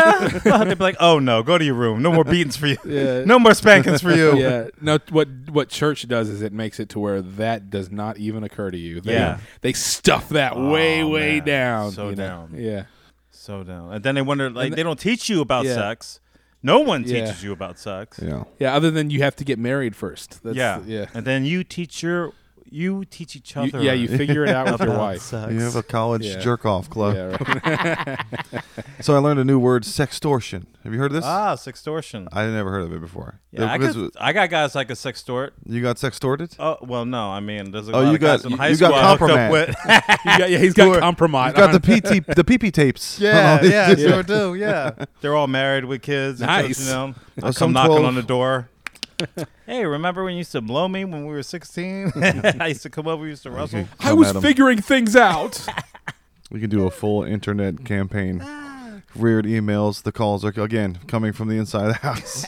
S1: yeah. They'd be like, "Oh no, go to your room. No more beatings for you.
S3: Yeah.
S1: No more spankings for you."
S3: Yeah. No, what what church does is it makes it to where that does not even occur to you. They,
S1: Yeah.
S3: They stuff that way,
S1: Oh,
S3: way
S1: man.
S3: down.
S1: So
S3: you know?
S1: down.
S3: Yeah.
S1: So down. And then they wonder, like,
S3: And
S1: they don't teach you about
S3: Yeah.
S1: sex. No one
S3: Yeah.
S1: teaches you about sex.
S2: Yeah.
S3: Yeah. Other than you have to get married first. That's,
S1: yeah.
S3: Yeah.
S1: And then you teach your, you teach each
S3: You-
S1: other.
S3: yeah. You figure it out with your
S1: about
S3: wife.
S1: sex.
S2: You have a college
S3: Yeah.
S2: jerk off club.
S3: Yeah, right.
S2: So I learned a new word, sextortion. Have you heard of this?
S1: ah sextortion.
S2: I never heard of it before.
S1: Yeah, I,
S2: This
S1: could,
S2: was-
S1: I got guys like a sextort.
S2: you got sextorted?
S1: Oh well, no. I mean, there's a
S2: Oh,
S1: lot
S2: you
S1: of guys
S2: got-
S1: in
S2: you-
S1: Uh, high
S2: you got
S1: school I hooked up
S2: compromat.
S1: with.
S3: He's got- yeah, he's got
S2: Or-
S3: compromised.
S2: You got the PT, the PP tapes.
S1: Yeah,
S2: Oh,
S1: yeah, sure do. Yeah, they're all married with kids. and just,
S3: Nice.
S1: you know, I come
S2: some
S1: knocking
S2: 12.
S1: on the door. Hey, remember when you used to blow me when we were sixteen? I used to come over, you used to wrestle.
S3: I
S2: Come
S3: was
S2: at 'em.
S3: figuring things out.
S2: We can do a full internet campaign. Weird emails. The calls are again coming from the inside of the house.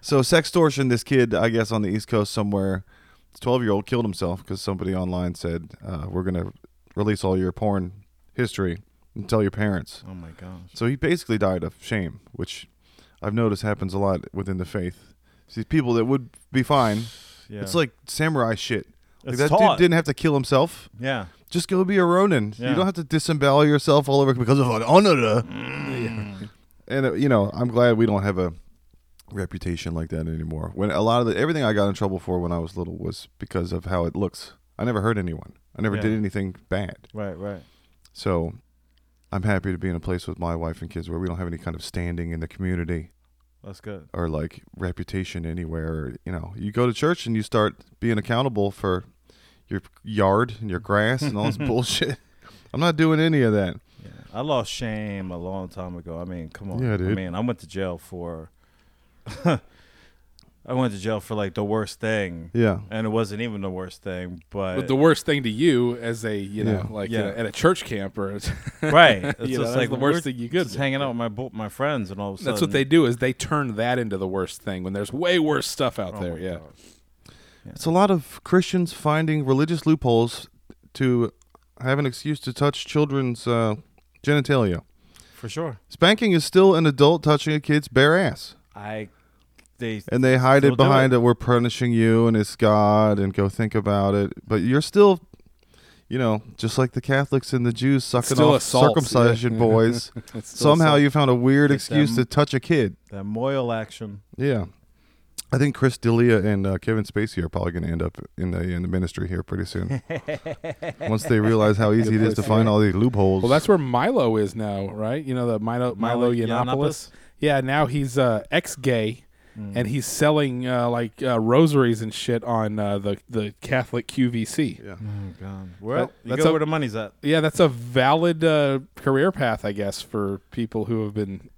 S2: so sextortion. This kid, I guess, on the East Coast somewhere, twelve year old killed himself because somebody online said, uh, "We're gonna release all your porn history and tell your parents."
S1: Oh my gosh.
S2: So he basically died of shame, which I've noticed happens a lot within the faith. See, people that would be fine.
S1: Yeah.
S2: It's like samurai shit. Like
S1: It's
S2: that
S1: taught.
S2: dude didn't have to kill himself
S1: yeah.
S2: just go be a Ronin.
S1: Yeah.
S2: You don't have to disembowel yourself
S1: Mm.
S2: all over because of an honor. And uh, you know, I'm glad we don't have a reputation like that anymore. When a lot of the, everything I got in trouble for when I was little was because of how it looks. I never hurt anyone. I never
S1: Yeah.
S2: did anything bad.
S1: Right, right.
S2: So I'm happy to be in a place with my wife and kids where we don't have any kind of standing in the community
S1: That's good.
S2: or like reputation anywhere. Or, you know, you go to church and you start being accountable for your yard and your grass and all this bullshit. I'm not doing any of that.
S1: Yeah. I lost shame a long time ago. I mean, come on.
S2: Yeah, dude.
S1: I mean, I went to jail for. I went to jail for like the worst thing,
S2: Yeah.
S1: and it wasn't even the worst thing, but,
S3: But the worst thing to you as a you know
S2: Yeah.
S3: like
S1: Yeah.
S3: uh, at a church camp or it's
S1: right. It's
S3: You know,
S1: just
S3: that's
S1: like
S3: the
S1: we're
S3: worst thing you could
S1: Just
S3: do.
S1: hanging out with my bo- my friends, and all of a sudden
S3: that's what they do is they turn that into the worst thing when there's way worse stuff out
S1: Oh
S3: there.
S1: my
S3: Yeah,
S1: God.
S2: It's a lot of Christians finding religious loopholes to have an excuse to touch children's uh, genitalia.
S1: for sure.
S2: Spanking is still an adult touching a kid's bare ass.
S1: I they
S2: And they hide
S1: Still
S2: it
S1: do
S2: behind it. We're punishing you and it's God and go think about it. But you're still, you know, just like the Catholics and the Jews sucking
S3: Still
S2: off
S3: assault,
S2: circumcision
S3: yeah.
S2: boys.
S3: It's still
S2: Somehow
S3: something.
S2: you found a weird
S1: Like
S2: excuse
S1: them.
S2: to touch a kid.
S1: that moral action.
S2: Yeah. I think Chris D'Elia and uh, Kevin Spacey are probably going to end up in the in the ministry here pretty soon. Once they realize how easy it is to find all these loopholes.
S3: Well, that's where Milo is now, right? You know the Milo Milo,
S1: Milo
S3: Yiannopoulos.
S1: Yiannopoulos? Hmm.
S3: Yeah, now he's uh, ex-gay, and he's selling uh, like uh, rosaries and shit on uh, the the Catholic QVC. Yeah,
S2: yeah.
S1: Oh God. Well, you
S3: that's
S1: go
S3: a-
S1: where the money's at.
S3: that's a valid uh, career path, I guess, for people who have been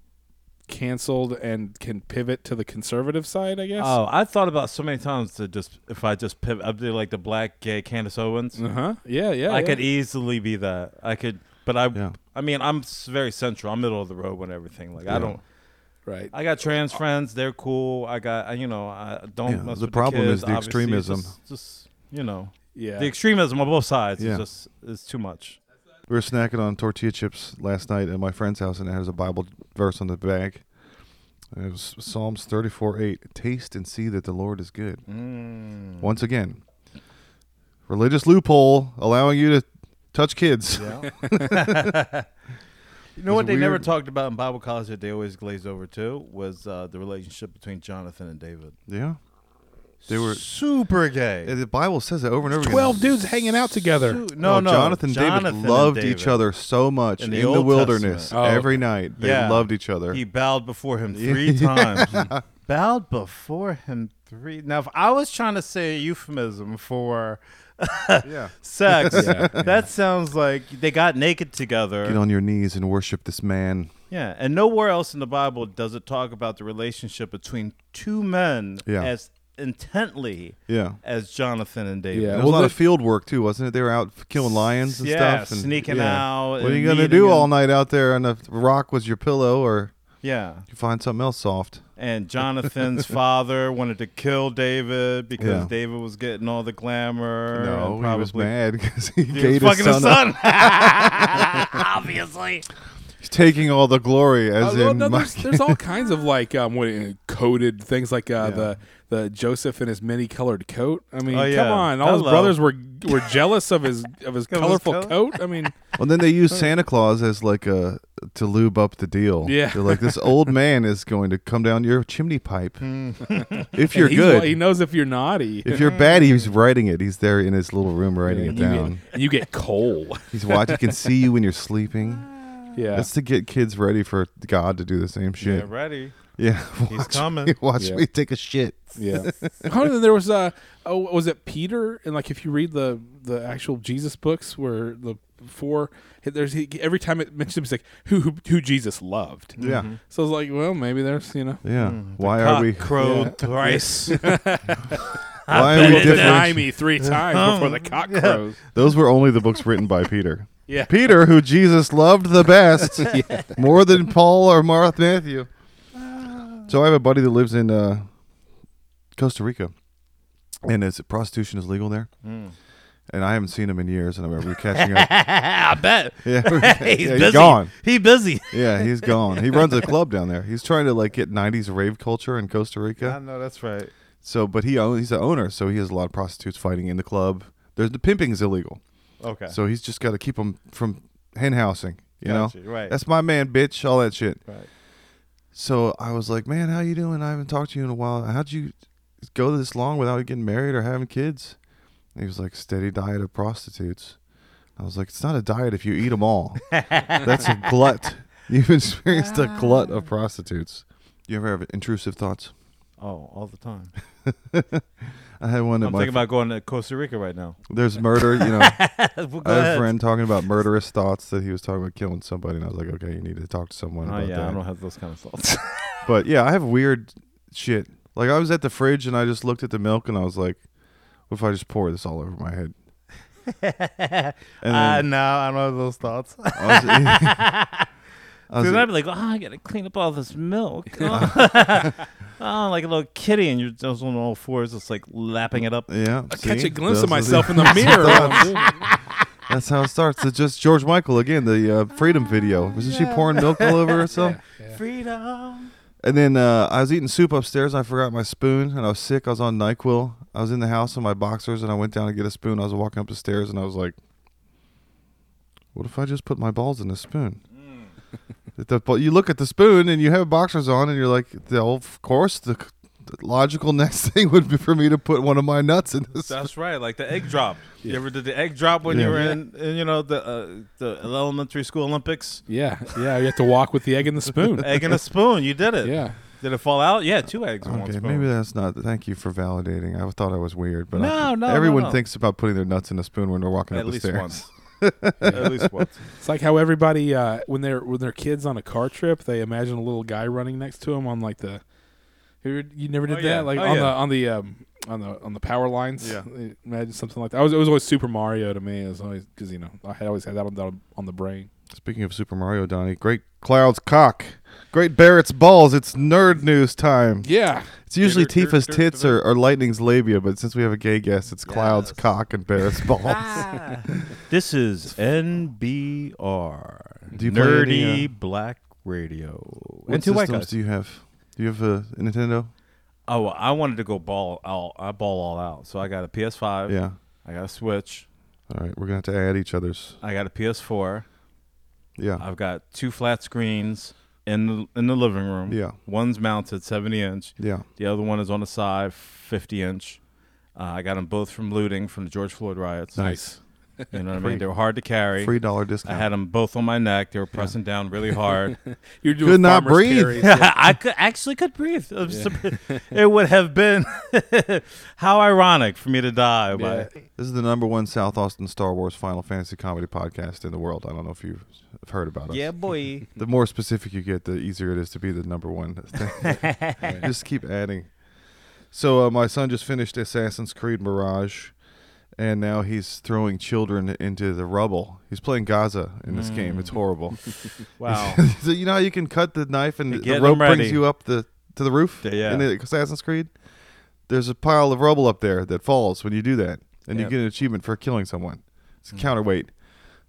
S3: canceled and can pivot to the conservative side. I guess.
S1: Oh, I thought about so many times to just if I just pivot. I did like the black gay Candace Owens.
S3: Uh huh. Yeah, yeah.
S1: I
S3: yeah.
S1: could easily be that. I could, but I.
S2: Yeah.
S1: I mean, I'm s- very central. I'm middle of the road on everything. Like I don't.
S3: right.
S1: I got trans friends. They're cool. I got. I- You know. I don't.
S2: Yeah,
S1: mess
S2: the
S1: with
S2: problem
S1: kids,
S2: is the
S1: obviously.
S2: extremism.
S1: Just, just you know,
S3: Yeah.
S1: the extremism on both sides
S2: Yeah.
S1: is just is too much.
S2: We were snacking on tortilla chips last night at my friend's house, and it has a Bible verse on the back. And It was Psalms 34 8. Taste and see that the Lord is good.
S1: Mm.
S2: Once again, religious loophole allowing you to touch kids.
S1: You know what they never
S2: weird.
S1: talked about in Bible college that they always glazed over too was uh, the relationship between Jonathan and David.
S2: Yeah. They were.
S1: super gay.
S2: The Bible says that over and over again.
S3: Twelve dudes hanging out together.
S1: Su- no,
S2: Oh,
S1: no.
S2: Jonathan, and
S1: Jonathan
S2: David loved
S1: and David.
S2: each other so much in
S1: In
S2: the,
S1: the Old
S2: wilderness
S3: Testament. Oh.
S2: every night. They
S1: Yeah.
S2: loved each other.
S1: He bowed before him three times. He bowed before him three. Now, if I was trying to say a euphemism for
S2: yeah.
S1: sex,
S3: Yeah, yeah.
S1: that sounds like they got naked together.
S2: Get on your knees and worship this man.
S1: Yeah, and nowhere else in the Bible does it talk about the relationship between two men
S2: Yeah.
S1: as intently
S2: Yeah.
S1: as Jonathan and David.
S3: Yeah,
S2: There was
S3: well,
S2: a lot
S3: the-
S2: of field work too, wasn't it? They were out f- killing lions and
S1: yeah,
S2: stuff, and
S1: sneaking out
S2: What are you
S1: and
S2: gonna
S1: meeting
S2: do
S1: and-
S2: all night out there? And the rock was your pillow, or
S1: Yeah.
S2: you find something else soft.
S1: And Jonathan's father wanted to kill David because
S2: Yeah.
S1: David was getting all the glamour. and
S2: No, he
S1: probably
S2: was mad because he,
S1: He
S2: gave
S1: was fucking
S2: his son, up.
S1: Obviously.
S2: He's taking all the glory, as
S3: Uh, well,
S2: in
S3: no,
S2: my-
S3: there's, there's all kinds of like um, what uh, coded things like
S2: Yeah.
S3: uh, the the Joseph and his many colored coat. I mean,
S1: Oh,
S3: come
S1: yeah.
S3: on, all his
S1: Hello.
S3: brothers were were jealous of his of his
S1: his
S3: colorful
S1: coat?
S3: coat. I mean,
S2: Well, then they use Santa Claus as like a to lube up the deal.
S3: Yeah.
S2: They're like this old man is going to come down your chimney pipe if you're
S3: he's-
S2: good.
S3: He knows if you're naughty.
S2: if you're bad, he's writing it. He's there in his little room writing it
S3: you
S2: down.
S3: Get, you get coal.
S2: He's watching. He can see you when you're sleeping.
S3: yeah,
S2: That's to get kids ready for God to do the same shit.
S1: Yeah, ready.
S2: Yeah,
S1: He's
S2: watch
S1: coming.
S2: Me, watch
S3: Yeah.
S2: me take a shit.
S3: yeah. oh, and then there was uh, oh, was it Peter? And like, if you read the the actual Jesus books, where the four there's he, every time it mentions him, he's like who who, who Jesus loved.
S1: Mm-hmm.
S2: Yeah,
S3: So I was like, well, maybe there's you know.
S2: yeah. Why are we?
S1: crow thrice?
S2: Why are we
S3: Don't deny
S2: different?
S3: me three times before the cock crows.
S2: Those were only the books written by Peter.
S3: Yeah.
S2: Peter, who Jesus loved the best, more than Paul or Martha Matthew. So I have a buddy that lives in uh, Costa Rica, and is prostitution is legal there.
S1: Mm.
S2: And I haven't seen him in years, and I remember catching up.
S1: I bet.
S2: Yeah,
S1: He's
S2: yeah,
S1: busy.
S2: he's gone.
S1: He busy.
S2: Yeah, he's gone. He runs a club down there. He's trying to like get '90s rave culture in Costa Rica.
S1: know that's right.
S2: So, but he own, he's the owner, so he has a lot of prostitutes fighting in the club. There's the pimping is illegal,
S1: Okay.
S2: so he's just got to keep them from hen housing. You
S1: Gotcha,
S2: know,
S1: right.
S2: That's my man, bitch. All that shit.
S1: right.
S2: So I was like, man, how you doing? I haven't talked to you in a while. How'd you go this long without getting married or having kids? And he was like, steady diet of prostitutes. I was like, it's not a diet if you eat them all. That's a glut. You've experienced a glut of prostitutes. You ever have intrusive thoughts?
S1: Oh, all the time.
S2: I had one. At
S1: I'm
S2: my
S1: thinking about going to Costa Rica right now.
S2: there's murder. You know, I
S1: Well, go
S2: had a
S1: ahead.
S2: friend talking about murderous thoughts that he was talking about killing somebody, and I was like, okay, you need to talk to someone
S1: Oh
S2: about
S1: yeah,
S2: that.
S1: I don't have those kind of thoughts.
S2: But yeah, I have weird shit. Like I was at the fridge and I just looked at the milk and I was like, what if I just pour this all over my head? and
S1: uh,
S2: then
S1: no, I don't have those thoughts.
S3: Uh,
S2: I was, I was-
S1: Because I'd be like, oh, I gotta clean up all this milk. Oh, like a little kitty, and you're just on all fours, just like lapping it up.
S2: e-, yeah,
S3: I
S2: see?
S3: catch a glimpse of
S2: Those are the-
S3: myself in the mirror.
S2: That's how it starts. It's just George Michael again, the uh, Freedom video. Wasn't she pouring milk all over herself?
S1: Freedom.
S2: And then uh, I was eating soup upstairs and I forgot my spoon and I was sick. I was on NyQuil. I was in the house in my boxers and I went down to get a spoon. I was walking up the stairs and I was like, what if I just put my balls in a spoon?
S1: Mm.
S2: The- but you look at the spoon and you have boxers on and you're like, "Well, of course, the, the logical next thing would be for me to put one of my nuts in this.
S1: That's right, like the egg drop. You ever did the egg drop when
S2: Yeah.
S1: you were in, in you know, the uh, the elementary school Olympics?
S3: yeah, yeah. You have to walk with the egg and the spoon.
S1: Egg and a spoon. You did it.
S3: yeah.
S1: Did it fall out? Yeah, two eggs in one
S2: Okay,
S1: spoon.
S2: maybe that's not. Thank you for validating. I thought I was weird, but I-
S1: No, no, no,
S2: everyone
S1: no.
S2: thinks about putting their nuts in a spoon when they're walking
S1: At
S2: up the
S1: least
S2: stairs.
S1: once. At least once.
S3: It's like how everybody uh, when they're when they're kids on a car trip, they imagine a little guy running next to them on like the. You you never did
S1: Oh,
S3: that,
S1: yeah.
S3: like
S1: Oh,
S3: on
S1: yeah.
S3: the on the um, on the on the power lines.
S1: Yeah.
S3: imagine something like that. I was it was always Super Mario to me. It was always because you know I had always had that on the, on the brain.
S2: Speaking of Super Mario, Donnie, great Cloud's cock, great Barrett's balls. It's nerd news time.
S3: Yeah,
S2: It's usually
S1: Dur- dur-
S2: Tifa's
S1: dur-
S2: tits
S1: dur-
S2: or, or Lightning's labia, but since we have a gay guest, it's Cloud's
S1: Yes.
S2: cock and Barrett's balls.
S1: This is NBR.
S2: Do you play
S1: Nerdy
S2: any, uh,
S1: Black Radio.
S2: what
S1: and two white
S2: systems
S1: guys.
S2: do you have? Do you have a Nintendo?
S1: Oh, well, I wanted to go ball out. I ball all out. So I got a PS5.
S2: Yeah.
S1: I got a Switch.
S2: All right, we're gonna have to add each other's.
S1: I got a PS4.
S2: Yeah.
S1: I've got two flat screens in the in the living room.
S2: Yeah.
S1: One's mounted 70 inch.
S2: yeah.
S1: The other one is on the side 50 inch. Uh, I got them both from looting from the George Floyd riots.
S2: Nice.
S1: You know what I
S2: Free.
S1: mean? They were hard to carry.
S2: Free dollar
S1: I
S2: discount.
S1: had them both on my neck. They were pressing down really hard.
S3: you're doing
S2: Could not
S3: farmer's
S2: breathe.
S3: carries.
S1: I could actually could breathe. I'm surprised. It would have been how ironic for me to die.
S3: Yeah.
S1: By,
S2: this is the number one South Austin Star Wars Final Fantasy comedy podcast in the world. I don't know if you've heard about us.
S1: boy.
S2: The more specific you get, the easier it is to be the number one. just keep adding. So uh, my son just finished Assassin's Creed Mirage, and now he's throwing children into the rubble. He's playing Gaza in this game. It's horrible.
S1: Wow.
S2: so you know how you can cut the knife and
S1: get
S2: the
S1: 'em
S2: rope brings
S1: ready.
S2: you up the to the roof
S1: Yeah.
S2: in the Assassin's Creed. There's a pile of rubble up there that falls when you do that, and
S1: Yeah. Hmm.
S2: you get an achievement for killing someone. It's a counterweight.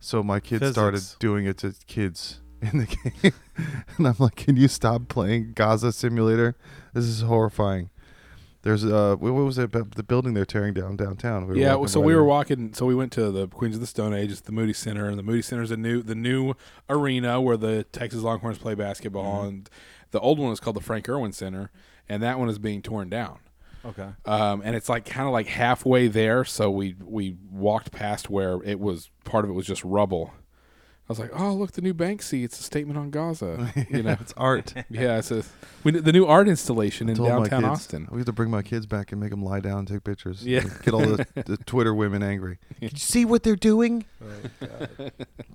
S2: So my kids started
S1: Physics.
S2: doing it to kids in the game, and I'm like, "Can you stop playing Gaza Simulator? This is horrifying." There's uh, wh- what was it? about The building they're tearing down downtown. We were
S3: yeah,
S2: walking
S3: so
S2: by
S3: we
S2: there.
S3: were walking. So we went to the Queens of the Stone Age. It's the Moody Center, and the Moody Center is a new the new arena where the Texas Longhorns play
S2: Mm-hmm.
S3: basketball, and the old one is called the Frank Irwin Center, and that one is being torn down.
S1: okay.
S3: Um, and it's like kind of like halfway there, so we we walked past where it was part of it was just rubble. I was like, oh look, the new Banksy. It's a statement on Gaza. You know,
S2: it's art.
S3: yeah, it's a we, the new art installation in
S2: told my
S3: downtown
S2: kids,
S3: Austin.
S2: We have to bring my kids back and make them lie down and take pictures.
S3: Yeah.
S2: Get all the, the Twitter women angry. Did you see what they're doing?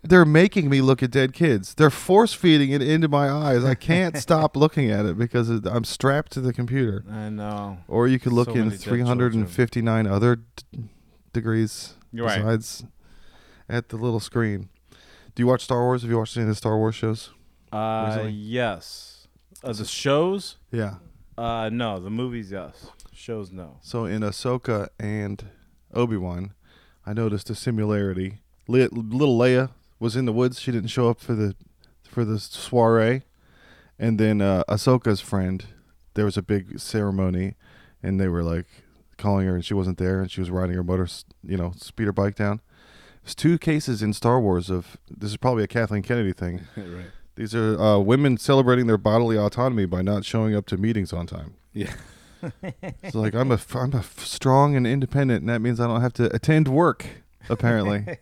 S2: they're making me look at dead kids. They're force feeding it into my eyes. I can't stop looking at it because it, I'm strapped to the computer.
S1: I know.
S2: Or you could look
S1: So
S2: in
S1: many dead
S2: 359 other d- degrees
S1: You're right.
S2: besides at the little screen. Do you watch Star Wars? Have you watched any of the Star Wars shows?
S1: Uh,
S2: Recently?
S1: yes. Uh, the shows?
S2: Yeah.
S1: Uh, no. The movies, yes. Shows, no.
S2: So in Ahsoka and Obi Wan, I noticed a similarity. Li- Little Leia was in the woods. She didn't show up for the for the soiree, and then uh, Ahsoka's friend. There was a big ceremony, and they were like calling her, and she wasn't there, and she was riding her motor, you know, speeder bike down. There's two cases in Star Wars of this is probably a Kathleen Kennedy thing
S3: right.
S2: These are uh, women celebrating their bodily autonomy by not showing up to meetings on time.
S3: Yeah.
S2: It's like I'm a f- I'm a f- strong and independent, and that means I don't have to attend work. Apparently,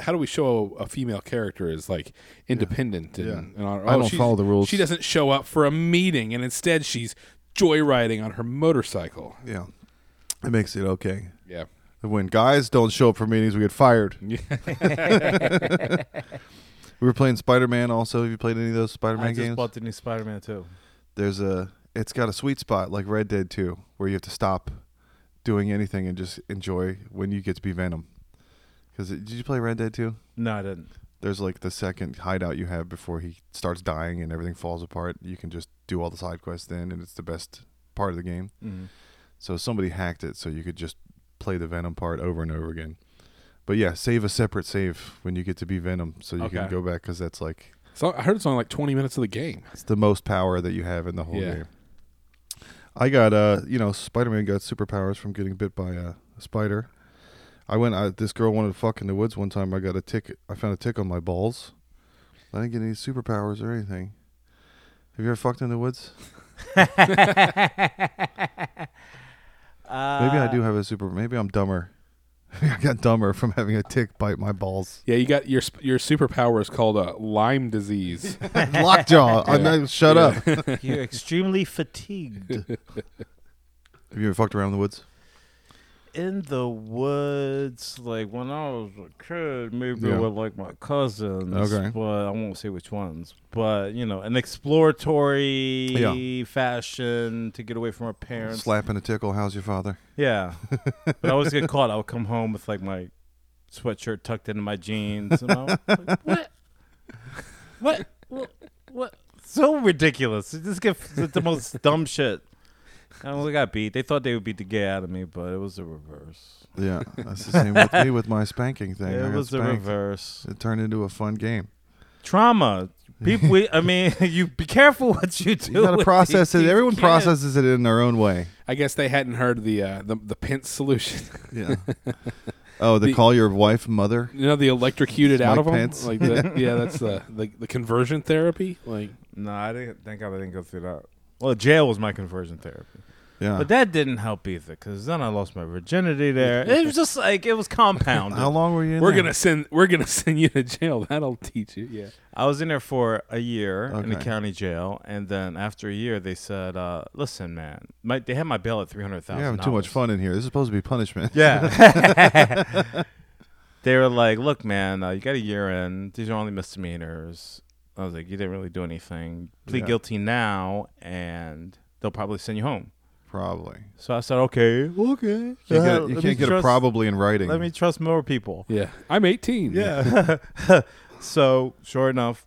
S3: How do we show a female character is like independent and,
S2: Yeah.
S3: and on,
S2: I
S3: oh,
S2: don't
S3: she's-
S2: follow the rules.
S3: She doesn't show up for a meeting, and instead she's joyriding on her motorcycle.
S2: yeah, it makes it okay.
S3: Yeah.
S2: When guys don't show up for meetings, we get fired.
S3: Yeah.
S2: we were playing Spider Man. Also, have you played any of those Spider
S1: I
S2: Man
S1: just
S2: games?
S1: bought the new Spider-Man too.
S2: There's a it's got a sweet spot like Red Dead 2, where you have to stop doing anything and just enjoy when you get to be Venom. Because did you play Red Dead 2?
S1: No, I didn't.
S2: There's like the second hideout you have before he starts dying and everything falls apart. You can just do all the side quests then, and it's the best part of the game.
S1: Mhm.
S2: So somebody hacked it so you could just play the Venom part over and over again. But yeah, save a separate save when you get to be Venom so you can
S3: Okay.
S2: go back because that's like
S3: So I heard it's only like 20 minutes of the game.
S2: it's the most power that you have in the whole
S3: Yeah.
S2: game. I got uh, you know, Spider-Man got superpowers from getting bit by a, a spider. I went. I, this girl wanted to fuck in the woods one time. I got a tick. I found a tick on my balls. I didn't get any superpowers or anything. Have you ever fucked in the woods? Maybe I
S3: Uh,
S2: do have a super. Maybe I'm dumber. I got dumber from having a tick bite my balls.
S3: Yeah, you got your sp- your superpower is called uh, Lyme disease.
S2: Lockjaw. I'm
S3: Yeah.
S2: not, shut up. Have
S1: You're extremely fatigued.
S2: you ever fucked around in the woods?
S1: In the woods, like when I was a kid, maybe
S2: Yeah.
S1: with like my cousins,
S2: Okay.
S1: but I won't say which ones. But you know, an exploratory
S2: Yeah.
S1: fashion to get away from our parents.
S2: Slapping a tickle. How's your father?
S1: Yeah. but I always get caught. I would come home with like my sweatshirt tucked into my jeans. And I was like, what? what? What? What? So ridiculous. This gets the most dumb shit. I only got beat. They thought they would beat the gay out of me, but it was the reverse.
S2: Yeah, that's the same with me with my spanking thing. I
S1: it
S2: got
S1: was the
S2: spanked.
S1: reverse.
S2: It turned into a fun game.
S1: Trauma. People, we, I mean, you be careful what you do.
S2: You got to
S1: with
S2: process
S1: these-
S2: it.
S1: these
S2: Everyone
S1: kids.
S2: processes it in their own way.
S3: I guess they hadn't heard the uh, the, the pinch solution.
S2: Yeah. oh, the,
S3: The-
S2: call your wife mother.
S3: you know, the electrocuted out
S2: Mike
S3: of them.
S2: Pence.
S3: Like the, yeah, that's the, the the conversion therapy. Like
S1: No, I didn't. Thank God I didn't go through that. Well, jail was my conversion therapy.
S2: Yeah.
S1: But that didn't help either, because then I lost my virginity there. It was just like it was compounded.
S2: How long were you? In
S3: we're
S2: there?
S3: gonna send we're gonna send you to jail. That'll teach you. Yeah.
S1: I was in there for a year in the
S2: Okay.
S1: county jail, and then after a year, they said, uh, "Listen, man, my, they had my bail at three hundred
S2: You're
S1: thousand.
S2: having too much fun in here. This is supposed to be punishment.
S1: Yeah. they were like, "Look, man, uh, you got a year in. These are only misdemeanors." I was like, "You didn't really do anything. Plead
S2: Yeah.
S1: guilty now, and they'll probably send you home."
S2: Probably.
S1: So I said, "Okay, okay."
S2: You
S1: Uh,
S2: can't get, you
S1: let me
S2: can't get a
S1: trust-
S2: probably in writing.
S1: Let me trust more people.
S3: Yeah. I'm 18.
S1: Yeah. so, sure enough,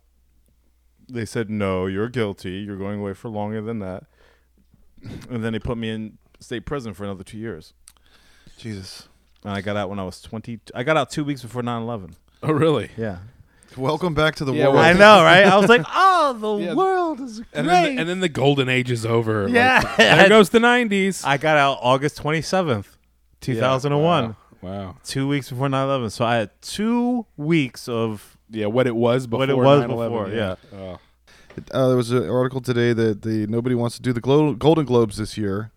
S1: they said, no, you're guilty. You're going away for longer than that. And then they put me in state prison for another two years.
S2: Jesus.
S1: And I got out when I was 20. I got out two weeks before 9 11.
S3: Oh really?
S1: Yeah.
S2: Welcome back to the
S3: Yeah,
S2: world.
S1: I know, right? I was like, oh, the
S3: Yeah.
S1: world is great.
S3: And then, the, and then the golden age is over. Like,
S1: yeah.
S3: there goes the 90s.
S1: I got out August 27th, 2001.
S3: Wow. Wow.
S1: Two weeks before 9 11. So I had two weeks of.
S3: Yeah, what it was before
S1: What it was
S3: 9/11,
S1: before,
S3: Oh.
S2: Uh, there was an article today that the nobody wants to do the Glo- Golden Globes this year.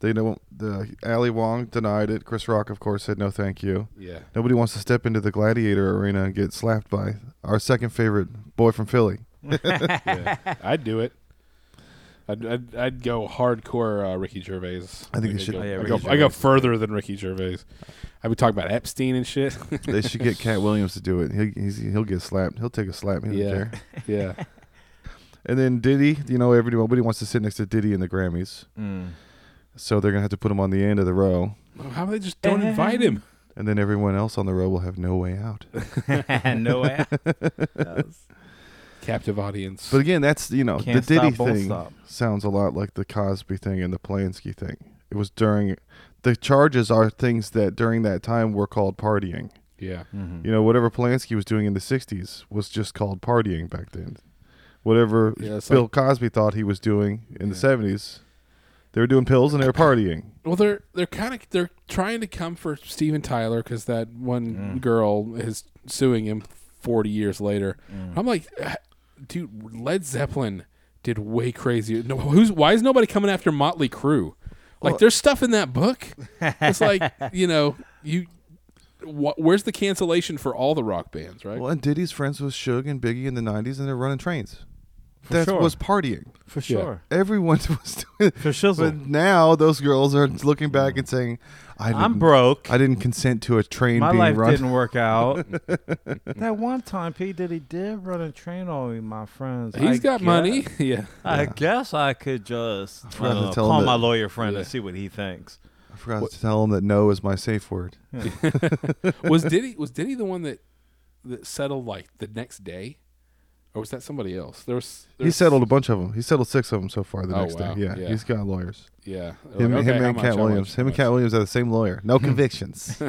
S2: They don't. The Ali Wong denied it. Chris Rock, of course, said no, thank you.
S3: Yeah.
S2: Nobody wants to step into the gladiator arena and get slapped by our second favorite boy from Philly.
S3: yeah. I'd do it. I'd, I'd, I'd go hardcore uh, Ricky Gervais.
S2: I think they
S3: I'd
S2: should-
S3: Go,
S2: Oh,
S1: yeah,
S3: I'd
S1: Ricky
S3: go, I go further than Ricky Gervais. I'd be talking about Epstein and shit.
S2: They should get Cat Williams to do it. He'll, he's, he'll get slapped. He'll take a slap. He yeah.
S3: Yeah. yeah.
S2: And then Diddy, you know, everybody nobody wants to sit next to Diddy in the Grammys,
S1: Mm.
S2: so they're gonna have to put him on the end of the row,
S3: How about they just don't invite him?
S2: and then everyone else on the row will have no way out.
S1: no way.
S3: Captive audience.
S2: But again, that's you know
S1: Can't
S2: the Diddy
S1: stop, won't
S2: thing
S1: stop.
S2: sounds a lot like the Cosby thing and the Polanski thing. It was during the charges are things that during that time were called partying.
S3: yeah.
S1: Mm-hmm.
S2: You know, whatever Polanski was doing in the '60s was just called partying back then. Whatever
S3: Yeah, it's
S2: Bill Cosby thought he was doing in the '70s, they were doing pills and they were partying.
S3: Well, they're they're kind of they're trying to come for Steven Tyler because
S2: Mm. Mm.
S3: that one girl is suing him forty years later. I'm like, "Ah, dude, Led Zeppelin did way crazier. No, who's why is nobody coming after Motley Crue? Like there's stuff in that book. It's like you know you. Wh- where's the cancellation for all the rock bands, right?
S2: Well, and Diddy's friends with Suge and Biggie in the '90s, and they're running trains.
S5: For
S2: That
S5: sure.
S2: was partying.
S5: for sure.
S2: Everyone was doing.
S5: For shizzle.
S2: But now those girls are looking back and saying, "I didn't,
S1: Mm. I'm broke.
S2: I didn't consent to a train
S1: My
S2: being
S1: life
S2: run."
S1: didn't work out. that one time, P Diddy did run a train on me, my friends.
S3: He's
S1: I
S3: got
S1: guess-
S3: money. Yeah.
S1: I guess I could just I
S2: forgot
S1: don't
S2: to
S1: know,
S2: tell him
S1: call my
S2: that-
S1: lawyer friend
S3: Yeah.
S1: and see what he thinks.
S2: I forgot to tell them that no is my safe word.
S3: was Diddy was Diddy the one that that settled like the next day, or was that somebody else? There was
S2: He
S3: there's-
S2: settled a bunch of them. He settled six of them so far. The
S3: Oh,
S2: next
S3: wow.
S2: day, yeah,
S3: Yeah.
S2: he's got lawyers.
S3: Yeah, They're
S2: Him,
S3: like,
S2: him
S3: "Okay, how
S2: and
S3: much,
S2: Cat
S3: how
S2: Williams.
S3: much,
S2: Him and
S3: how
S2: Cat Williams are the same lawyer. No convictions.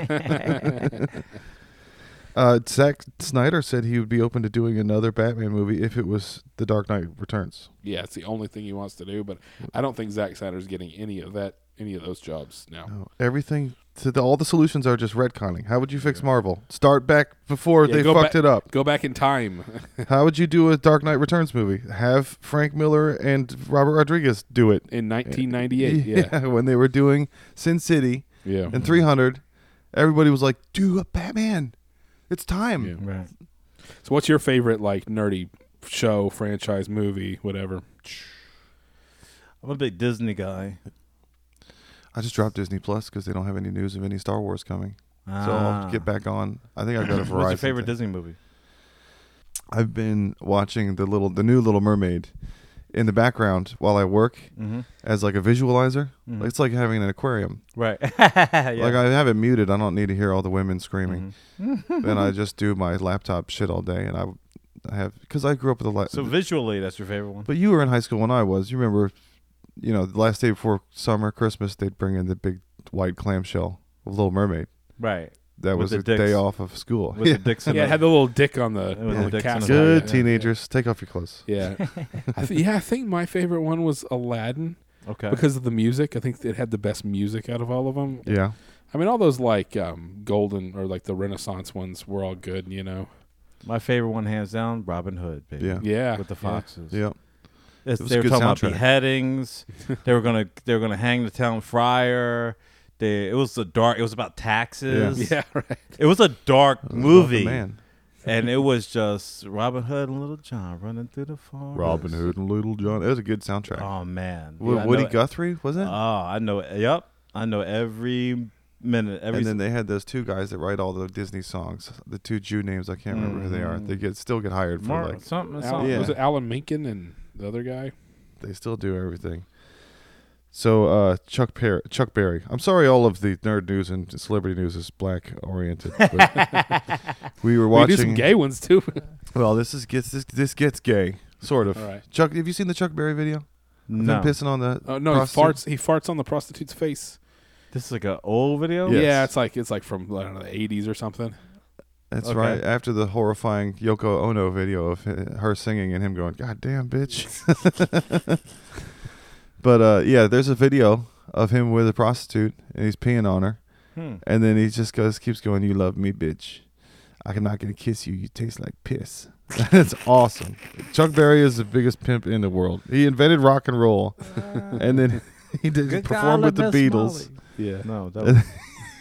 S2: uh, Zack Snyder said he would be open to doing another Batman movie if it was The Dark Knight Returns.
S3: much." Yeah, it's the only thing he wants to do. But I don't think Zack Snyder's getting any of that, any of those jobs now.
S2: No, everything. So the, all the solutions are just retconning. How would you fix Marvel? Start back before
S3: Yeah,
S2: they
S3: go
S2: fucked
S3: ba-
S2: it up.
S3: Go back in time.
S2: How would you do a Dark Knight Returns movie? Have Frank Miller and Robert Rodriguez do it.
S3: in 1998. Yeah,
S2: when they were doing Sin City
S3: yeah.
S1: Mm-hmm.
S2: and 300, everybody was like, do a Batman. It's time.
S3: Yeah.
S1: Right.
S3: So, what's your favorite like nerdy show, franchise, movie, whatever?
S1: I'm a big Disney guy.
S2: I just dropped Disney Plus because they don't have any news of any Star Wars coming. So
S1: Ah.
S2: I'll get back on. I think I've got a variety.
S1: What's your favorite Disney movie?
S2: I've been watching the little, the new Little Mermaid in the background while I work
S1: Mm-hmm.
S2: as like a visualizer.
S1: Mhm.
S2: It's like having an aquarium.
S1: Right. yeah.
S2: Like I have it muted. I don't need to hear all the women screaming.
S1: Mm-hmm.
S2: then I just do my laptop shit all day, and I, I have because I grew up with a lot.
S1: So visually, that's your favorite one.
S2: but you were in high school when I was. You remember, you know, the last day before summer, Christmas, they'd bring in the big white clamshell of Little Mermaid.
S1: Right.
S2: That
S1: With
S2: was
S1: the
S2: a day
S1: dicks.
S2: off of school.
S1: With
S2: Yeah.
S1: the Dixon.
S3: Yeah, it had the little dick on the,
S1: It was
S3: on
S1: a
S3: the
S1: dick
S3: cast
S1: cinema.
S2: Good
S3: iron.
S2: teenagers, take off your clothes.
S3: Yeah, I th- yeah. I think my favorite one was Aladdin
S1: okay.
S3: because of the music. I think it had the best music out of all of them.
S2: Yeah,
S3: I mean, all those like um, golden or like the Renaissance ones were all good. You know.
S1: My favorite one, hands down, Robin Hood, baby.
S2: yeah,
S3: Yeah.
S1: With the
S3: yeah.
S1: foxes.
S2: yeah.
S1: It's-
S2: It was
S1: they
S2: a
S1: were
S2: good
S1: talking
S2: soundtrack.
S1: about beheadings. they were gonna they were gonna hang the town friar. They, it was the dark. It was about taxes.
S3: Yeah. Right.
S1: It was a dark
S2: It was about the
S1: movie,
S2: man.
S1: and it was just Robin Hood and Little John running through the forest.
S2: Robin Hood and Little John. It was a good soundtrack.
S1: Oh man,
S2: Wo-
S1: I
S2: Woody
S1: know-
S2: Guthrie was it?
S1: Oh, I know. Yep, I know every minute. Every
S2: and then they had those two guys that write all the Disney songs. The two Jew names I can't remember who they are.
S1: Mm.
S2: They get still get hired for
S1: Mark,
S2: like
S1: something,
S3: Alan,
S1: something.
S2: Yeah.
S3: Was it Alan Menken and the other guy?
S2: They still do everything. So uh, Chuck Perry, Chuck Berry. I'm sorry, all of the nerd news and celebrity news is black oriented. but we were
S3: We
S2: watching.
S3: do some gay ones too.
S2: Well, this is gets this this gets gay, sort of.
S3: all right.
S2: Chuck, have you seen the Chuck Berry video? Of
S1: No,
S2: Him pissing on the.
S3: Oh no,
S2: prostitute?
S3: he farts. He farts on the prostitute's face.
S1: this is like an old video.
S2: Yes.
S3: Yeah, it's like it's like from I don't know the eighties or something.
S2: That's
S1: Okay.
S2: right. After the horrifying Yoko Ono video of h- her singing and him going, "God damn, bitch." but uh, yeah, there's a video of him with a prostitute and he's peeing on her.
S1: Hmm.
S2: And then he just goes, keeps going, "You love me, bitch. I cannot get to kiss you. You taste like piss." That's awesome. Chuck Berry is the biggest pimp in the world. He invented rock and roll, and then he did
S1: Uh. Good
S2: perform
S1: golly,
S2: with the
S1: Miss
S2: Beatles,
S1: Molly.
S3: Yeah,
S1: No, that was,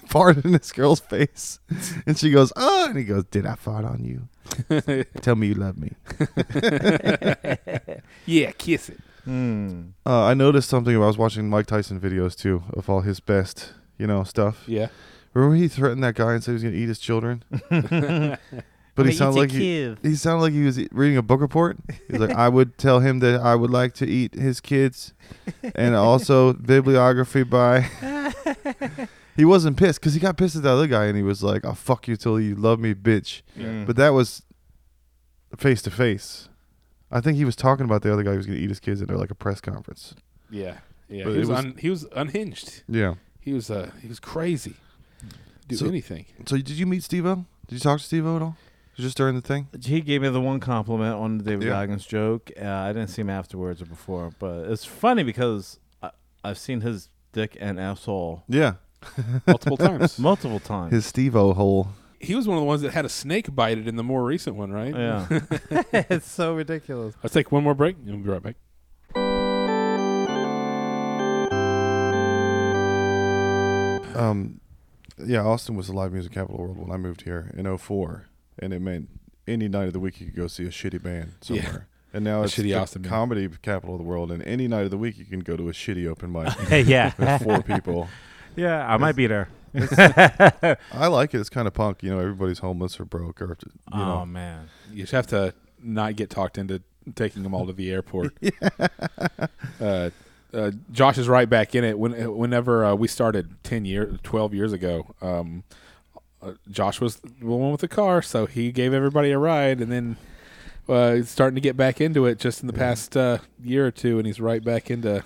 S2: farted in this girl's face, and she goes, "Oh," and he goes, "Did I fart on you? Tell me you love me."
S3: yeah, kiss it.
S1: hmm.
S2: Uh, I noticed something. I was watching Mike Tyson videos too of all his best, you know, stuff.
S3: Yeah,
S2: Remember he threatened that guy and said he was gonna eat his children, but he sounded like he, He sounded like he was e, reading a book report. He's like, I would tell him that I would like to eat his kids, and also bibliography by. he wasn't pissed because he got pissed at the other guy, and he was like, "I'll fuck you till you love me, bitch."
S1: Mm.
S2: But that was face to face. I think he was talking about the other guy who was going to eat his kids at like a press conference.
S3: yeah, yeah.
S2: But
S3: he
S2: it
S3: was,
S2: was-
S3: un, he was unhinged.
S2: Yeah.
S3: He was uh he was crazy. Do
S2: So-
S3: anything.
S2: So did you meet Steve-O? Did you talk to Steve-O at all? Just during the thing?
S1: he gave me the one compliment on the David
S2: Yeah.
S1: Goggins joke. Uh, I didn't see him afterwards or before, but it's funny because I, I've seen his dick and asshole
S2: Yeah.
S3: multiple times.
S1: multiple times.
S2: His Steve-O hole.
S3: he was one of the ones that had a snake bite it in the more recent one, right?
S6: Yeah.
S7: it's so ridiculous.
S3: Let's take one more break and we'll be right back.
S2: Um, yeah, Austin was the live music capital of the world when I moved here in 04. And it meant any night of the week you could go see a shitty band
S3: Yeah.
S2: somewhere. And now
S3: A
S2: it's
S3: shitty
S2: the
S3: Austin band.
S2: comedy capital of the world. And any night of the week you can go to a shitty open mic
S6: yeah.
S2: with four people.
S6: Yeah. I might be there.
S2: I like it. It's kind of punk. You know, everybody's homeless or broke or, you
S1: oh
S2: know.
S1: man,
S3: You just have to not get talked into taking them all to the airport. uh, uh, Josh is right back in it. When whenever uh, we started ten year, twelve years ago, um, uh, Josh was the one with the car, so he gave everybody a ride, and then. Uh, he's starting to get back into it just in the past uh, year or two, and he's right back into.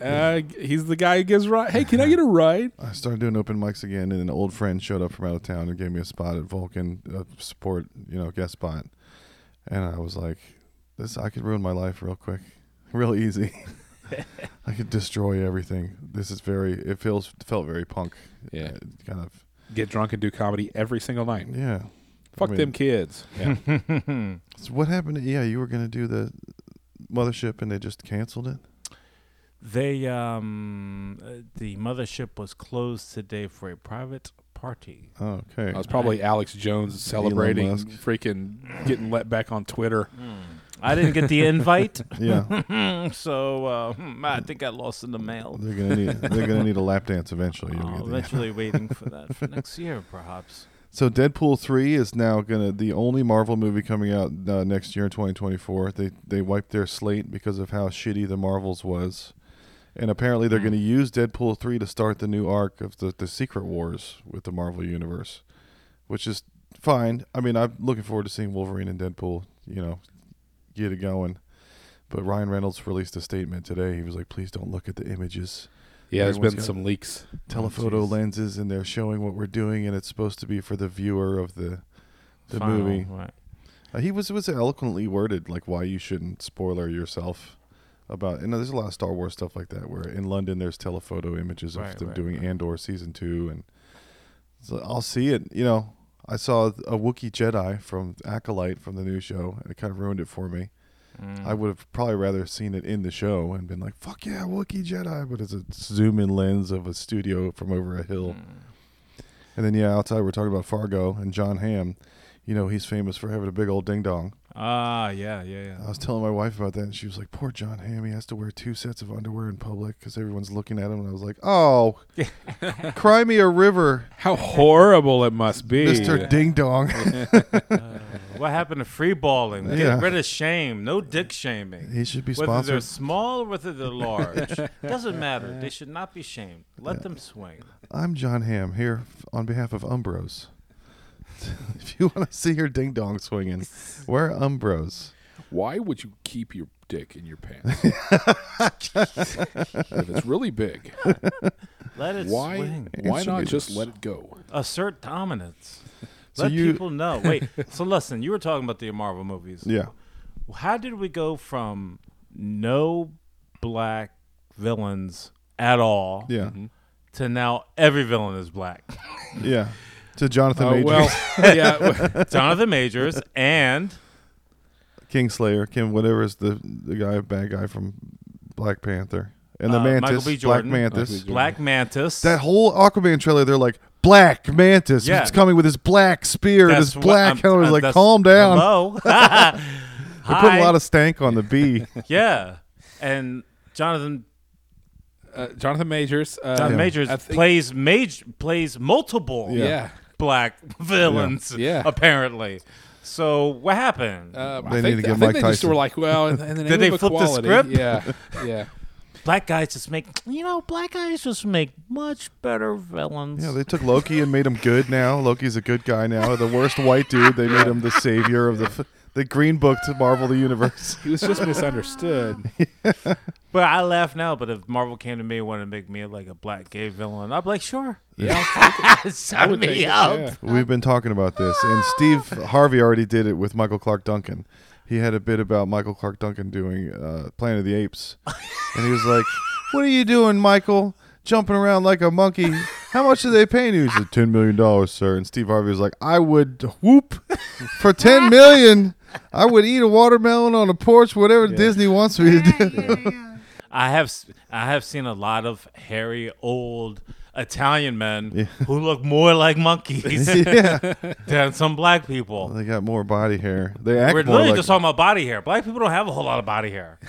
S3: Uh, he's the guy who gives ride. Hey, can I get a ride?
S2: I started doing open mics again, and an old friend showed up from out of town and gave me a spot at Vulcan uh, support, you know, guest spot. And I was like, "This I could ruin my life real quick, real easy. I could destroy everything. This is very. It feels felt very punk.
S3: Yeah.
S2: Uh, kind of.
S3: Get drunk and do comedy every single night.
S2: Yeah.
S3: Fuck
S2: I mean,
S3: them kids. Yeah.
S2: So what happened? To, yeah, you were gonna do the mothership, and they just canceled it.
S1: they um uh, the mothership was closed today for a private party.
S2: Oh, okay.
S3: That was probably Alex Jones celebrating,
S2: Musk.
S3: freaking getting let back on Twitter.
S1: I didn't get the invite,
S2: yeah.
S1: so uh, hmm, I think I lost in the mail.
S2: They're gonna need. They're gonna need a lap dance eventually. You'll
S1: Oh,
S2: get the-
S1: eventually, waiting for that for next year, perhaps.
S2: So Deadpool three is now gonna the only Marvel movie coming out uh, next year in 2024. They they wiped their slate because of how shitty the Marvels was, and apparently they're gonna use Deadpool three to start the new arc of the the Secret Wars with the Marvel universe, which is fine. I mean, I'm looking forward to seeing Wolverine and Deadpool. You know, get it going. But Ryan Reynolds released a statement today. He was like, "Please don't look at the images."
S3: Yeah, there's
S2: Everyone's
S3: been
S2: got-
S3: some leaks.
S2: telephoto lenses and they're showing what we're doing and it's supposed to be for the viewer of the the
S1: Final,
S2: movie.
S1: right?
S2: Uh, he was was eloquently worded like why you shouldn't spoiler yourself about and there's a lot of Star Wars stuff like that where in London there's telephoto images of
S1: Right,
S2: them
S1: right,
S2: doing
S1: right.
S2: Andor season 2 and so I'll see it, you know. I saw a Wookiee Jedi from Acolyte from the new show and it kind of ruined it for me.
S1: Mm.
S2: I would have probably rather seen it in the show and been like, "Fuck yeah, Wookiee Jedi," but it's a zoom in lens of a studio from over a hill. And then yeah, outside we're talking about Fargo and John Hamm. You know, he's famous for having a big old ding dong.
S1: Ah, yeah, yeah, yeah.
S2: I was telling my wife about that, and she was like, "Poor John Hamm, he has to wear two sets of underwear in public because everyone's looking at him." And I was like, "Oh, cry me a river,
S3: How horrible it must be.
S2: Mister Ding Dong."
S1: What happened to free balling? Get
S2: Yeah.
S1: rid of shame. No dick shaming.
S2: he should be
S1: whether they're
S2: sponsored.
S1: small or whether they're large, doesn't matter. They should not be shamed. Let them swing.
S2: I'm John Hamm here f- on behalf of Umbros. if you want to see your ding dong swinging, wear Umbros.
S3: Why would you keep your dick in your pants? if it's really big,
S1: Let it
S3: why
S1: swing.
S3: why
S2: should
S3: not
S2: be
S3: just
S2: loose.
S3: let it go?
S1: Assert dominance.
S2: So
S1: Let
S2: you-
S1: people know. Wait. So listen, you were talking about the Marvel movies.
S2: Yeah.
S1: How did we go from no black villains at all
S2: Yeah. Mm-hmm.
S1: to now every villain is black?
S2: Yeah. To
S1: Uh,
S2: Jonathan
S3: Oh
S2: Majors,
S3: well, yeah. w-
S1: Jonathan Majors and
S2: Kingslayer, Kim, whatever is the the guy, bad guy from Black Panther, and the
S1: Uh, Michael
S2: Mantis,
S1: B.
S2: Black
S1: Jordan.
S2: Mantis.
S1: Black Mantis.
S2: That whole Aquaman trailer, they're like Black Mantis.
S1: Yeah.
S2: It's coming with his black spear and his
S1: what
S2: black
S1: I'm-
S2: helmet. I was
S1: uh,
S2: like,
S1: that's-
S2: calm down.
S1: Hello.
S2: They put a lot of stank on the B.
S1: Yeah. And Jonathan
S3: uh, Jonathan Majors. Uh,
S1: John
S2: Yeah.
S1: Majors
S3: I think-
S1: plays major plays multiple
S3: Yeah.
S1: black villains
S3: Yeah.
S1: apparently. So what happened?
S3: Uh,
S2: They
S3: I
S2: need
S3: think,
S2: to
S3: I
S2: get
S3: think
S2: Mike
S3: they just
S2: Tyson.
S3: were like, well, in the in the name
S1: they
S3: of
S1: flip the
S3: equality,
S1: script?
S3: yeah, yeah.
S1: black guys just make you know black guys just make much better villains.
S2: Yeah, they took Loki and made him good now. Loki's a good guy now. The worst white dude, they made him the savior of the f- the green book to Marvel the universe.
S3: He was just misunderstood.
S1: but I laugh now. But if Marvel came to me and wanted to make me like a black gay villain, I'd be like, sure, sign
S3: take
S1: me
S3: it,
S1: up.
S3: yeah.
S2: We've been talking about this, and Steve Harvey already did it with Michael Clark Duncan. He had a bit about Michael Clark Duncan doing uh, Planet of the Apes, and he was like, "What are you doing, Michael? Jumping around like a monkey? How much are they paying you? He said, $10 million, sir. And Steve Harvey was like, I would whoop for $10 million. I would eat a watermelon on a porch, whatever Disney wants me to do.
S1: I have s- I have seen a lot of hairy old Italian men who look more like monkeys
S2: yeah.
S1: than some black people.
S2: They got more body hair. They act
S1: We're
S2: more
S1: literally
S2: like
S1: just talking about body hair. Black people don't have a whole lot of body hair.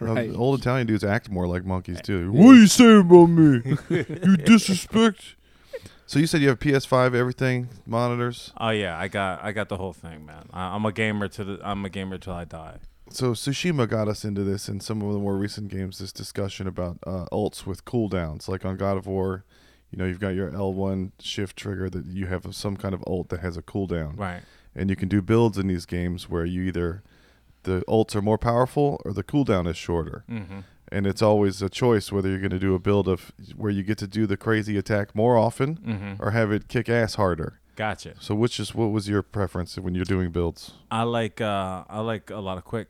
S3: Right.
S2: old Italian dudes act more like monkeys too. What do you say about me? you disrespect. So you said you have PS5, everything, monitors.
S1: Oh yeah, I got I got the whole thing, man. I, I'm a gamer to the I'm a gamer till I die.
S2: So Tsushima got us into this in some of the more recent games. This discussion about uh, ults with cooldowns, like on God of War. You know, you've got your L1 shift trigger that you have some kind of ult that has a cooldown.
S1: Right.
S2: and you can do builds in these games where you either the ults are more powerful or the cooldown is shorter. Mm-hmm. And it's always a choice whether you're going to do a build of where you get to do the crazy attack more often
S1: mm-hmm.
S2: or have it kick ass harder.
S1: Gotcha.
S2: So which is what was your preference when you're doing builds?
S1: I like uh I like a lot of quick.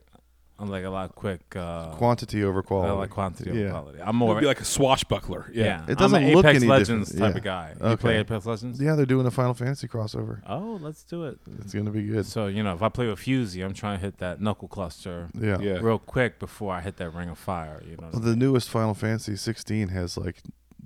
S1: I like a lot of quick. Uh,
S2: Quantity over quality.
S1: I like quantity over
S2: Yeah.
S1: quality. I'm
S3: It
S1: more
S3: would be like a swashbuckler. Yeah.
S1: yeah.
S2: It doesn't
S1: I'm an
S2: look
S1: Apex
S2: any
S1: Legends type
S2: different. Yeah.
S1: of guy. You play
S2: Okay.
S1: Apex Legends?
S2: Yeah, they're doing a Final Fantasy crossover.
S1: Oh, let's do it.
S2: It's going to be good.
S1: So you know, if I play with Fusey, I'm trying to hit that knuckle cluster
S2: Yeah.
S3: Yeah.
S1: real quick before I hit that ring of fire. You know, what I
S2: Well, the newest Final Fantasy 16 has like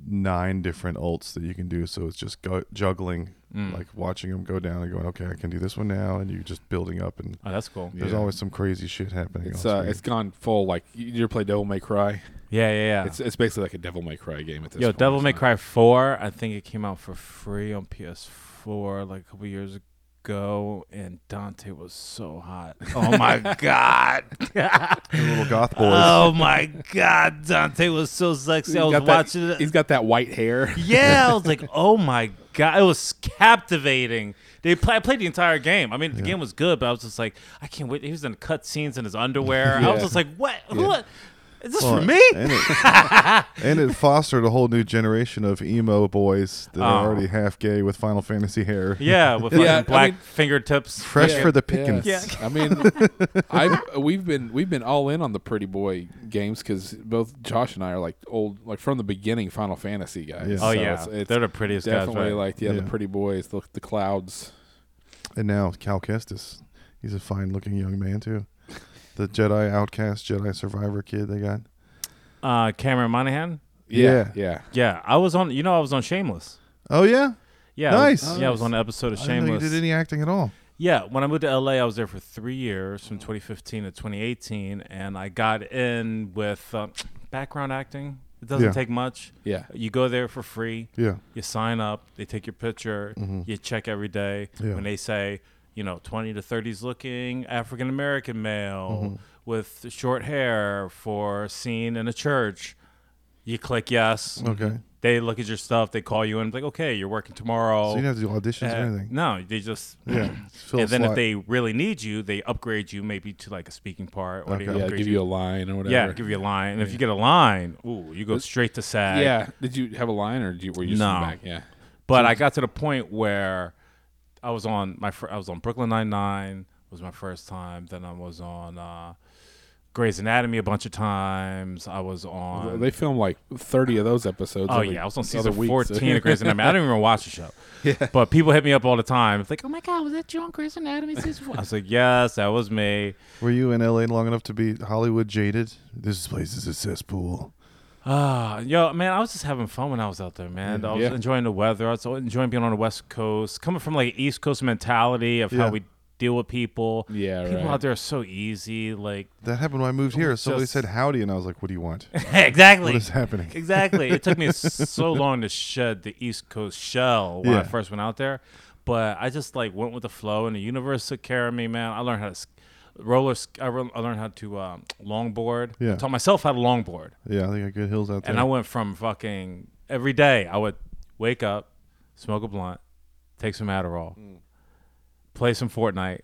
S2: nine different ults that you can do, so it's just go- juggling,
S3: Hmm.
S1: Mm.
S2: like watching them go down and going, okay, I can do this one now, and you're just building up, and
S1: mean? oh, that's cool.
S2: there's
S3: Yeah.
S2: always some crazy shit happening.
S3: It's
S2: on
S3: uh,
S2: screen.
S3: it's gone full like you you ever play Devil May Cry.
S1: Yeah, yeah, yeah.
S3: It's it's basically like a Devil May Cry game at this.
S1: Yo,
S3: point.
S1: Devil
S3: It's
S1: May
S3: not-
S1: Cry Four. I think it came out for free on PS4 like a couple years ago, and Dante was so hot. Oh my god.
S2: The little goth boys.
S1: Oh my god, Dante was so sexy. I
S3: He's
S1: was
S3: got that-
S1: watching it.
S3: He's got that white hair.
S1: Yeah, I was like, oh my god, it was captivating. They play, I played the entire game. I mean, the game was good, but I was just like, I can't wait. He was in cut scenes in his underwear. I was
S3: Yeah.
S1: just like, what? Who? Is this
S2: Well,
S1: for me?
S2: And it, and it fostered a whole new generation of emo boys that are
S1: Oh.
S2: already half gay with Final Fantasy hair.
S1: Yeah, with fucking
S3: Yeah, I
S1: black
S3: mean-
S1: fingertips.
S2: Fresh
S3: Yeah.
S2: for the
S3: Yeah.
S2: pickings.
S1: Yeah.
S3: I mean, I've we've been we've been all in on the Pretty Boy games because both Josh and I are like old, like from the beginning Final Fantasy guys.
S2: Yeah.
S1: Oh
S3: So
S1: yeah,
S3: it's, it's
S1: they're the prettiest guys.
S3: definitely
S1: right?
S3: like yeah, the
S2: Yeah.
S3: Pretty Boys, the, the clouds.
S2: And now Cal Kestis. He's a fine looking young man, too. The Jedi outcast, Jedi survivor kid they got.
S1: uh, Cameron Monaghan.
S3: Yeah,
S2: Yeah.
S3: yeah.
S1: Yeah, I was on. You know, I was on Shameless.
S2: Oh, yeah?
S1: Yeah, I was-
S2: Nice.
S1: yeah, I was on an episode of
S2: I didn't know you
S1: Shameless.
S2: did any acting at all.
S1: Yeah, when I moved to LA, I was there for three years, from 2015 to 2018, and I got in with uh, background acting. It doesn't
S2: Yeah.
S1: take much.
S3: yeah.
S1: You go there for free.
S2: Yeah.
S1: You sign up. They take your picture. You check every day.
S2: Mm-hmm. Yeah.
S1: When they say, you know, 20 to 30s looking African American male
S2: Mm-hmm.
S1: with short hair for scene in a church, you click yes.
S2: Okay.
S1: They look at your stuff. They call you in. Like, okay, you're working tomorrow.
S2: So you didn't have to do auditions or
S1: Uh,
S2: anything.
S1: No, they just
S2: Yeah. Fill a
S1: and then
S2: slot.
S1: if they really need you, they upgrade you maybe to like a speaking part, or they
S2: Okay.
S3: Yeah,
S1: upgrade
S3: give you a line or whatever.
S1: yeah, give you a line. And if you get a line, ooh, you go straight to SAG.
S3: Yeah. Did you have a line or did you were you just in the
S1: No.
S3: back? Yeah.
S1: But I got to the point where I was on my fir- I was on Brooklyn Nine Nine was my first time. Then I was on uh, Grey's Anatomy a bunch of times. I was on
S3: Uh, They filmed like thirty of those episodes.
S1: Oh
S3: every
S1: yeah, I was on
S3: other
S1: season
S3: week, so-
S1: fourteen of Grey's Anatomy. I didn't even watch the show. But people hit me up all the time. It's like, oh my god, was that you on Grey's Anatomy season four? I was like, yes, that was me.
S2: Were you in LA long enough to be Hollywood jaded? This place is a cesspool.
S1: Ah, yo, man, I was just having fun when I was out there,
S2: Mm,
S1: man. I was
S3: Yeah.
S1: enjoying the weather. I was enjoying being on the West Coast. Coming from like East Coast mentality of
S2: Yeah.
S1: how we deal with people.
S3: Yeah,
S1: people
S3: right.
S1: out there are so easy. Like
S2: That happened when I moved here. Somebody
S1: just-
S2: said howdy, and I was like, "What do you want?
S1: exactly,
S2: What is happening?"
S1: exactly. It took me so long to shed the East Coast shell when I
S2: Yeah.
S1: first went out there, but I just like went with the flow, and the universe took care of me, man. I learned how to sk- roller. sk- I re- I learned how to um, longboard.
S2: Yeah.
S1: taught myself how to longboard.
S2: Yeah, I think I got hills out there.
S1: And I went from fucking every day. I would wake up, smoke a blunt, take some Adderall, play some Fortnite,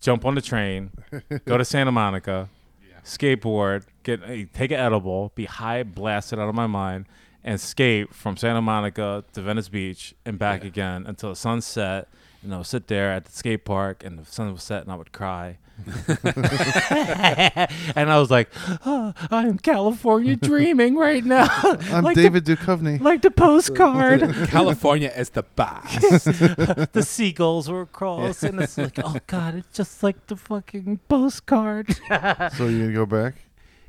S1: jump on the train, go to Santa Monica, skateboard, get a, take an edible, be high blasted out of my mind, and skate from Santa Monica to Venice Beach and back again until the sun set. And I would sit there at the skate park, and the sun was set, and I would cry. and I was like, "Oh, "I am California dreaming right now."
S2: I'm
S1: like
S2: David Duchovny.
S1: The, like the postcard,
S3: California is the boss.
S1: the seagulls were across, and it's like, "Oh God, it's just like the fucking postcard."
S2: so you gonna go back?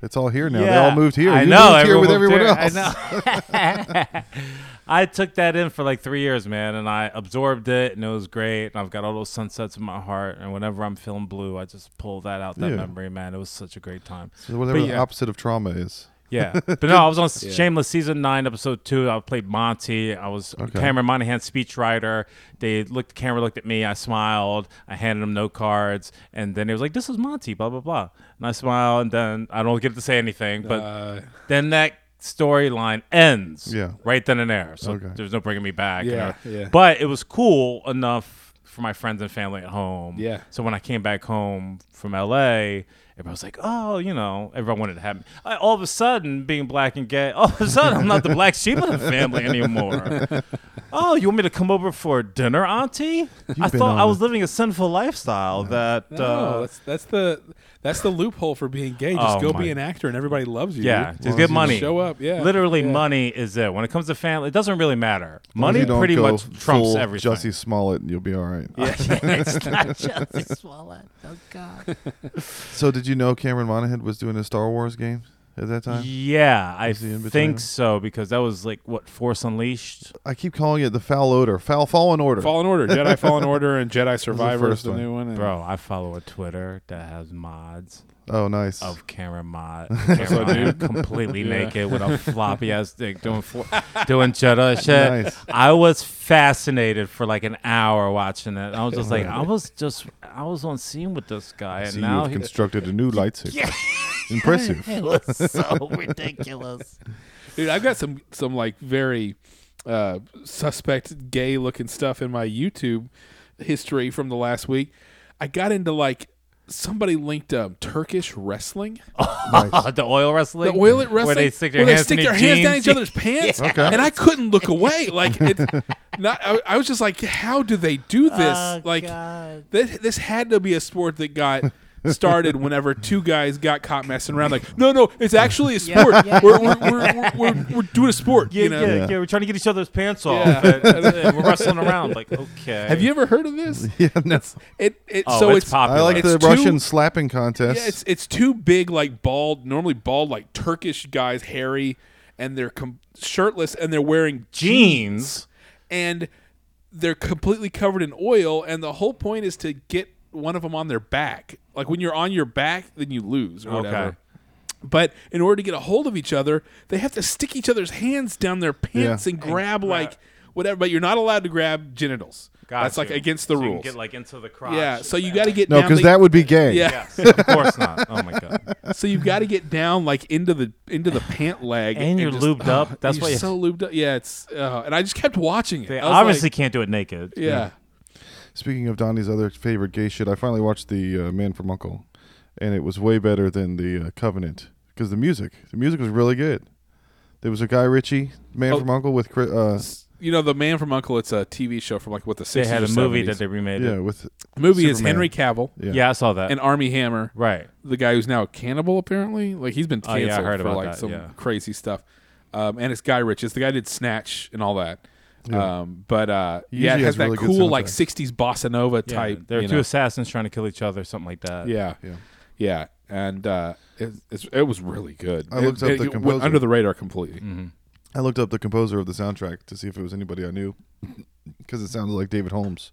S2: It's all here now. They all moved here.
S1: I
S2: You
S1: know.
S2: moved here with
S1: everyone
S2: everyone
S1: moved
S2: else.
S1: here. I know. I took that in for like three years, man, and I absorbed it, and it was great. And I've got all those sunsets in my heart, and whenever I'm feeling blue, I just pull that out, that
S2: Yeah.
S1: memory, man. It was such a great time.
S2: So whatever
S1: But
S2: the
S1: yeah.
S2: opposite of trauma is.
S1: Yeah, but no, I was on
S3: Yeah.
S1: Shameless season nine, episode two. I played Monty. I was
S2: Okay.
S1: Cameron Monaghan's speechwriter. They looked, camera looked at me. I smiled. I handed him no cards, and then it was like, "This is Monty." Blah blah blah. And I smile, and then I don't get to say anything, but
S3: Uh,
S1: then that storyline ends.
S2: Yeah.
S1: Right then and there. So
S2: Okay.
S1: there's no bringing me back. you
S3: Yeah,
S1: know.
S3: yeah.
S1: But it was cool enough for my friends and family at home.
S3: Yeah.
S1: So when I came back home from LA, everyone was like, oh, you know, everyone wanted to have me. I, all of a sudden, being black and gay, all of a sudden, I'm not the black sheep of the family anymore. oh, you want me to come over for dinner, Auntie? I
S2: been
S1: thought
S2: on
S1: I
S2: a-
S1: was living a sinful lifestyle that.
S3: no,
S1: uh,
S3: that's that's the that's the loophole for being gay. Just
S1: Oh,
S3: go
S1: my-
S3: be an actor, and everybody loves you.
S1: Yeah,
S3: dude.
S1: just get
S2: you
S1: money.
S3: show up, yeah.
S1: literally,
S3: Yeah.
S1: money is it. When it comes to family, it doesn't really matter.
S2: As long as
S1: Money
S2: you don't
S1: pretty
S2: go
S1: much trumps
S2: full
S1: everything.
S2: Jussie Smollett, and you'll be all right.
S1: it's not just
S2: So did you know Cameron Monaghan was doing a Star Wars game at that time?
S1: yeah, I
S2: he in between them?
S1: think so because that was like what Force Unleashed.
S2: I keep calling it the Foul Odor, Foul Fallen Order.
S3: Fallen Order, Jedi Fallen Order, and Jedi Survivor is
S2: first
S3: the
S2: one.
S3: new one. and-
S1: Bro, I follow a Twitter that has mods
S2: oh, nice.
S1: of Cameron Mod, Cameron Mod completely
S3: Yeah.
S1: naked with a floppy ass dick doing flo- doing cheddar shit.
S2: Nice.
S1: I was fascinated for like an hour watching it. I was just like, I was just, I was on scene with this guy, and
S2: See,
S1: now
S2: you've
S1: he,
S2: constructed a new lightsaber. Impressive.
S7: It was so ridiculous.
S3: Dude, I've got some some like very uh, suspect gay looking stuff in my YouTube history from the last week. I got into like somebody linked um, Turkish wrestling,
S1: Uh, the oil wrestling,
S3: the oil at wrestling,
S1: where they stick their
S3: where they
S1: hands,
S3: stick
S1: in
S3: their
S1: their
S3: hands down
S1: jeans.
S3: each other's pants,
S2: Okay.
S3: and I couldn't look away. Like, it, not I, I was just like, how do they do
S1: Oh,
S3: this? like, this, this had to be a sport that got. Started whenever two guys got caught messing around. Like, no, no, it's actually a sport. We're, we're, we're, we're, we're, we're doing a sport.
S1: Yeah,
S3: you know?
S1: yeah, yeah, We're trying to get each other's pants off.
S3: Yeah.
S1: and- and- and we're wrestling around. Like, okay.
S3: Have you ever heard of this?
S2: yeah, no.
S3: It, it
S1: Oh,
S3: so
S1: it's,
S3: it's,
S1: popular.
S2: I like
S3: It's
S2: the
S3: too-
S2: Russian slapping contest.
S3: yeah, it's it's two big like bald, normally bald like Turkish guys, hairy, and they're com- shirtless and they're wearing
S1: jeans.
S3: and they're completely covered in oil. And the whole point is to get one of them on their back. Like when you're on your back, then you lose or
S1: Okay.
S3: whatever. But in order to get a hold of each other, they have to stick each other's hands down their pants
S2: Yeah.
S3: and grab like whatever. But you're not allowed to grab genitals.
S1: Got
S3: That's like
S1: you.
S3: against the
S1: So you can
S3: rules.
S1: get like into the crotch.
S3: yeah, so you got to get
S2: no,
S3: down
S2: because
S3: the-
S2: that would be gay.
S3: yeah.
S1: Yes, of course not. Oh my god.
S3: So you've got to get down like into the into the pant leg,
S1: And you're lubed up.
S3: and oh,
S1: That's
S3: you're
S1: why you-
S3: so lubed up. Yeah, it's uh, and I just kept watching it.
S1: They
S3: I was
S1: obviously
S3: like,
S1: can't do it naked.
S3: yeah.
S2: Speaking of Donnie's other favorite gay shit, I finally watched the uh, Man from Uncle, and it was way better than the uh, Covenant because the music, the music was really good. There was a Guy Ritchie Man
S3: Oh.
S2: from Uncle with Chri- uh,
S3: You know, the Man from Uncle. It's a TV show from like what the
S1: They
S3: sixties.
S1: had a movie that they remade.
S2: yeah
S1: it.
S2: with
S3: movie is
S2: Superman.
S3: Henry Cavill
S2: yeah.
S1: Yeah. I saw that.
S3: and Army Hammer,
S1: right.
S3: the guy who's now a cannibal apparently. Like he's been
S1: Oh,
S3: canceled
S1: yeah, I heard
S3: for
S1: about
S3: like
S1: that,
S3: some
S1: yeah.
S3: crazy stuff. Um, and it's Guy Rich. It's the guy who did Snatch and all that. Um, but uh,
S2: He
S3: yeah, it
S2: usually
S3: has
S2: has
S3: that
S2: really good
S3: cool like
S2: soundtracks.
S3: sixties bossa nova
S1: Yeah.
S3: type.
S1: There are
S3: you
S1: two
S3: know.
S1: assassins trying to kill each other, something like that.
S3: Yeah,
S2: Yeah.
S3: yeah, and uh, it, it's, it was really good.
S2: I
S3: It-
S2: looked up
S3: it-
S2: the
S3: it went
S2: composer.
S3: under the radar completely.
S1: Mm-hmm.
S2: I looked up the composer of the soundtrack to see if it was anybody I knew because it sounded like David Holmes.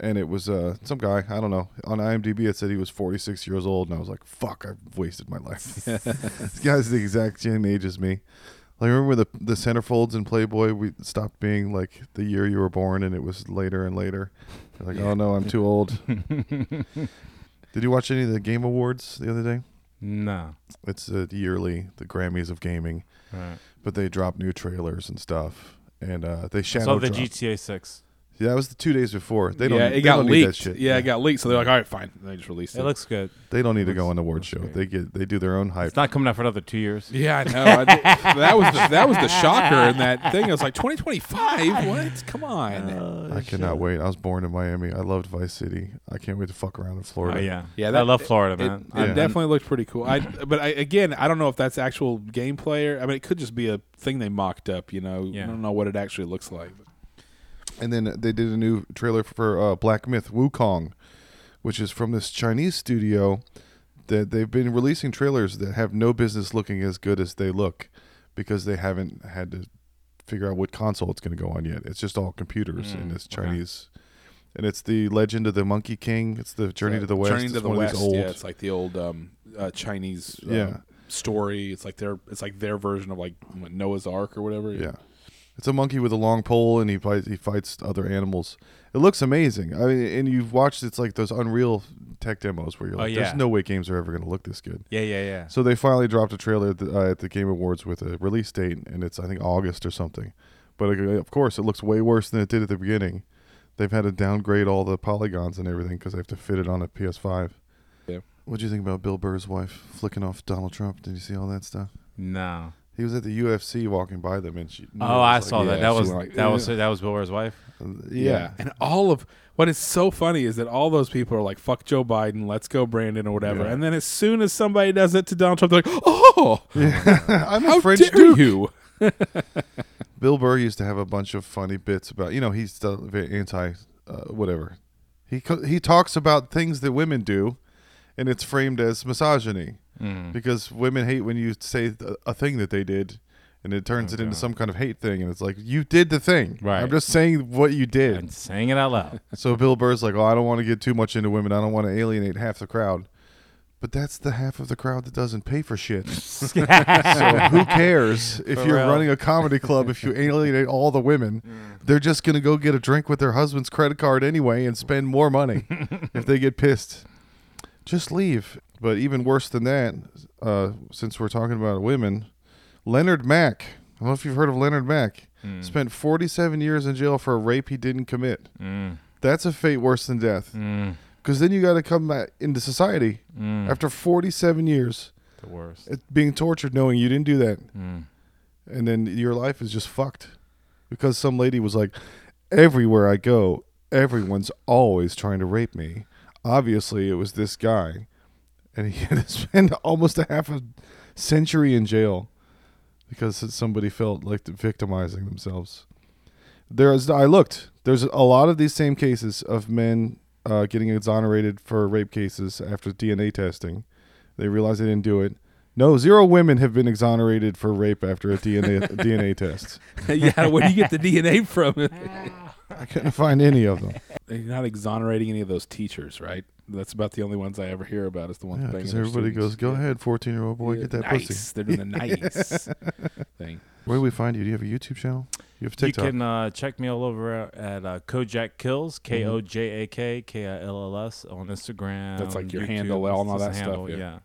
S2: And it was uh, some guy, I don't know. On IMDb, it said he was 46 years old. And I was like, fuck, I've wasted my life. this guy's the exact same age as me. Like, remember the, the centerfolds in Playboy? We stopped being like the year you were born, and it was later and later. They're Like, oh no, I'm too old. Did you watch any of the Game Awards the other day?
S1: No.
S2: It's uh, yearly, the Grammys of gaming
S1: Right.
S2: but they drop new trailers and stuff. And uh, they shadow
S1: So the
S2: drop.
S1: GTA Six.
S2: Yeah, that was the two days before. They don't.
S3: yeah,
S2: they
S3: it got
S2: don't need
S3: leaked.
S2: that shit.
S3: Yeah, it got leaked. So they're like, all right, fine. And they just released it.
S1: It looks good.
S2: they don't need to go on the award show.
S1: great.
S2: They get they do their own hype.
S1: It's not coming out for another two years.
S3: yeah, I know. I did- that was the, that was the shocker in that thing. I was like, 2025? What? Come on.
S1: Uh,
S2: I cannot wait. I was born in Miami. I loved Vice City. I can't wait to fuck around in Florida.
S1: Oh, yeah,
S3: Yeah,
S1: yeah.
S3: that-
S1: I love Florida,
S3: It,
S1: man.
S3: it
S1: I-
S2: yeah.
S3: definitely looked pretty cool. I but I, again, I don't know if that's actual gameplay. Or, I mean, it could just be a thing they mocked up. You know,
S1: Yeah.
S3: I don't know what it actually looks like.
S2: And then they did a new trailer for uh, Black Myth Wukong, which is from this Chinese studio that they've been releasing trailers that have no business looking as good as they look because they haven't had to figure out what console it's going to go on yet. It's just all computers
S3: Mm,
S2: in this Chinese. And it's the Legend of the Monkey King. It's the Journey to the West.
S3: Journey to
S2: It's
S3: the
S2: one of these
S3: West.
S2: old-
S3: Yeah, it's like the old um, uh, Chinese uh,
S2: Yeah.
S3: story. It's like their it's like their version of like what, Noah's Ark or whatever.
S2: Yeah. It's a monkey with a long pole, and he fights. He fights other animals. It looks amazing. I mean, and you've watched. It's like those Unreal tech demos where you're
S1: Oh,
S2: like,
S1: yeah.
S2: "There's no way games are ever going to look this good."
S1: yeah, yeah, yeah.
S2: So they finally dropped a trailer at the, uh, at the Game Awards with a release date, and it's I think August or something. But like, of course, it looks way worse than it did at the beginning. They've had to downgrade all the polygons and everything because they have to fit it on a PS5.
S3: Yeah.
S2: What do you think about Bill Burr's wife flicking off Donald Trump? Did you see all that stuff?
S1: No.
S2: He was at the UFC walking by them, and she.
S1: Oh, I saw
S3: yeah,
S1: that. That
S3: she
S1: was
S3: went like,
S1: that was
S3: "Ugh."
S1: that was Bill Burr's wife.
S2: Yeah.
S3: And all of what is so funny is that all those people are like, "Fuck Joe Biden, let's go Brandon or whatever."
S2: Yeah.
S3: And then as soon as somebody does it to Donald Trump, they're like, "Oh,
S2: I'm a
S3: how
S2: French
S3: dare
S2: Duke.
S3: you!"
S2: Bill Burr used to have a bunch of funny bits about, you know, he's still very anti uh, whatever. He co- he talks about things that women do and it's framed as misogyny because women hate when you say th- a thing that they did and it turns it into some kind of hate thing and it's like you did the thing.
S1: Right.
S2: I'm just saying what you did.
S1: And saying it out loud.
S2: So Bill Burr's like, "Oh, I don't want to get too much into women. I don't want to alienate half the crowd." But that's the half of the crowd that doesn't pay for shit. so who cares if you're
S1: real.
S2: running a comedy club if you alienate all the women? They're just going to go get a drink with their husband's credit card anyway and spend more money if they get pissed. Just leave. But even worse than that, uh, since we're talking about women, Leonard Mack. I don't know if you've heard of Leonard Mack. Spent 47 years in jail for a rape he didn't commit.
S1: Mm-hmm.
S2: That's a fate worse than death.
S1: Mm.
S2: Because then you got to come back into society after 47 years
S1: The worst.
S2: it- being tortured knowing you didn't do that. And then your life is just fucked. Because some lady was like, everywhere I go, everyone's always trying to rape me. Obviously, it was this guy. And he had to spend almost a half a century in jail because somebody felt like victimizing themselves. There is, I looked. There's a lot of these same cases of men uh, getting exonerated for rape cases after DNA testing. They realize they didn't do it. No, zero women have been exonerated for rape after a DNA DNA test.
S3: yeah, where do you get the DNA from?
S2: I couldn't find any of them.
S3: they're not exonerating any of those teachers, right? That's about the only ones I ever hear about. Is the one
S2: Yeah,
S3: thing
S2: because everybody goes, "Go ahead, fourteen year old boy, get that
S3: nice.
S2: pussy."
S3: They're doing the nice thing.
S2: Where do we find you? Do you have a YouTube channel? You have TikTok.
S1: You can uh, check me all over at uh, Kojak
S3: Mm-hmm.
S1: Kills, K O J A K K I L L S on Instagram.
S3: That's like your
S1: YouTube,
S3: handle, all and all
S1: it's
S3: that
S1: just a
S3: stuff,
S1: handle,
S3: yeah.
S1: Yeah.
S3: All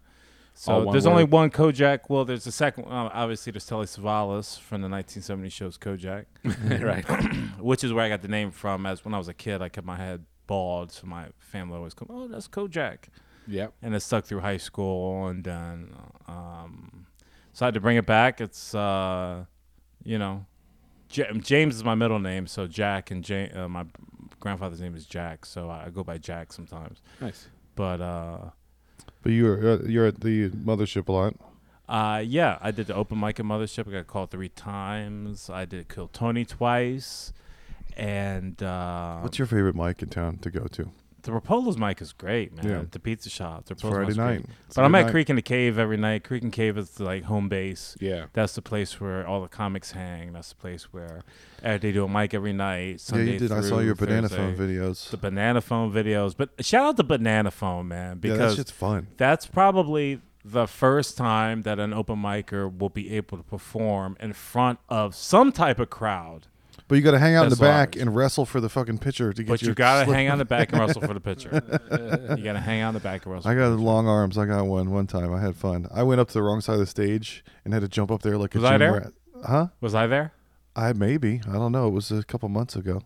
S1: So
S3: one
S1: there's only
S3: word.
S1: one Kojak. Well, there's a second. Um, obviously, there's Telly Savalas from the 1970 shows Kojak,
S3: right.
S1: which is where I got the name from. As when I was a kid, I kept my head bald, so my family always come, "Oh, that's Kojak."
S3: Yep.
S1: and it stuck through high school and then um, so I had to bring it back. It's uh, you know, J- James is my middle name, so Jack and ja- uh, my grandfather's name is Jack, so I I go by Jack sometimes.
S3: Nice.
S1: But uh,
S2: but you're uh, you're at the mothership a lot.
S1: uh, yeah, I did the open mic at Mothership. I got called three times. I did Kill Tony twice, and uh,
S2: What's your favorite mic in town to go to?
S1: the Rapolo's mic is great, man.
S2: Yeah.
S1: The pizza shop, the
S2: It's
S1: Rapolo's
S2: Friday
S1: mic's
S2: night.
S1: great.
S2: It's
S1: But I'm
S2: good
S1: at
S2: night.
S1: Creek in the Cave every night. Creek and Cave is like home base.
S3: Yeah.
S1: That's the place where all the comics hang. That's the place where uh, they do a mic every night. Sunday
S2: yeah, you did. I saw your
S1: through
S2: banana
S1: Thursday.
S2: phone videos.
S1: The banana phone videos, but shout out to banana phone, man,
S2: yeah,
S1: because
S2: that's just fun.
S1: that's probably the first time that an open micer will be able to perform in front of some type of crowd.
S2: But you got to hang out in the
S1: That's
S2: back
S1: large.
S2: and wrestle for the fucking pitcher to get
S1: But
S2: your.
S1: you gotta
S2: slip-
S1: hang on the back and wrestle for the pitcher. you gotta hang on the back and wrestle.
S2: I got long arms. I got one one time. I had fun. I went up to the wrong side of the stage and had to jump up there like a
S1: Was I
S2: gym
S1: there?
S2: rat. Huh?
S1: Was I there?
S2: I maybe I don't know. It was a couple months ago.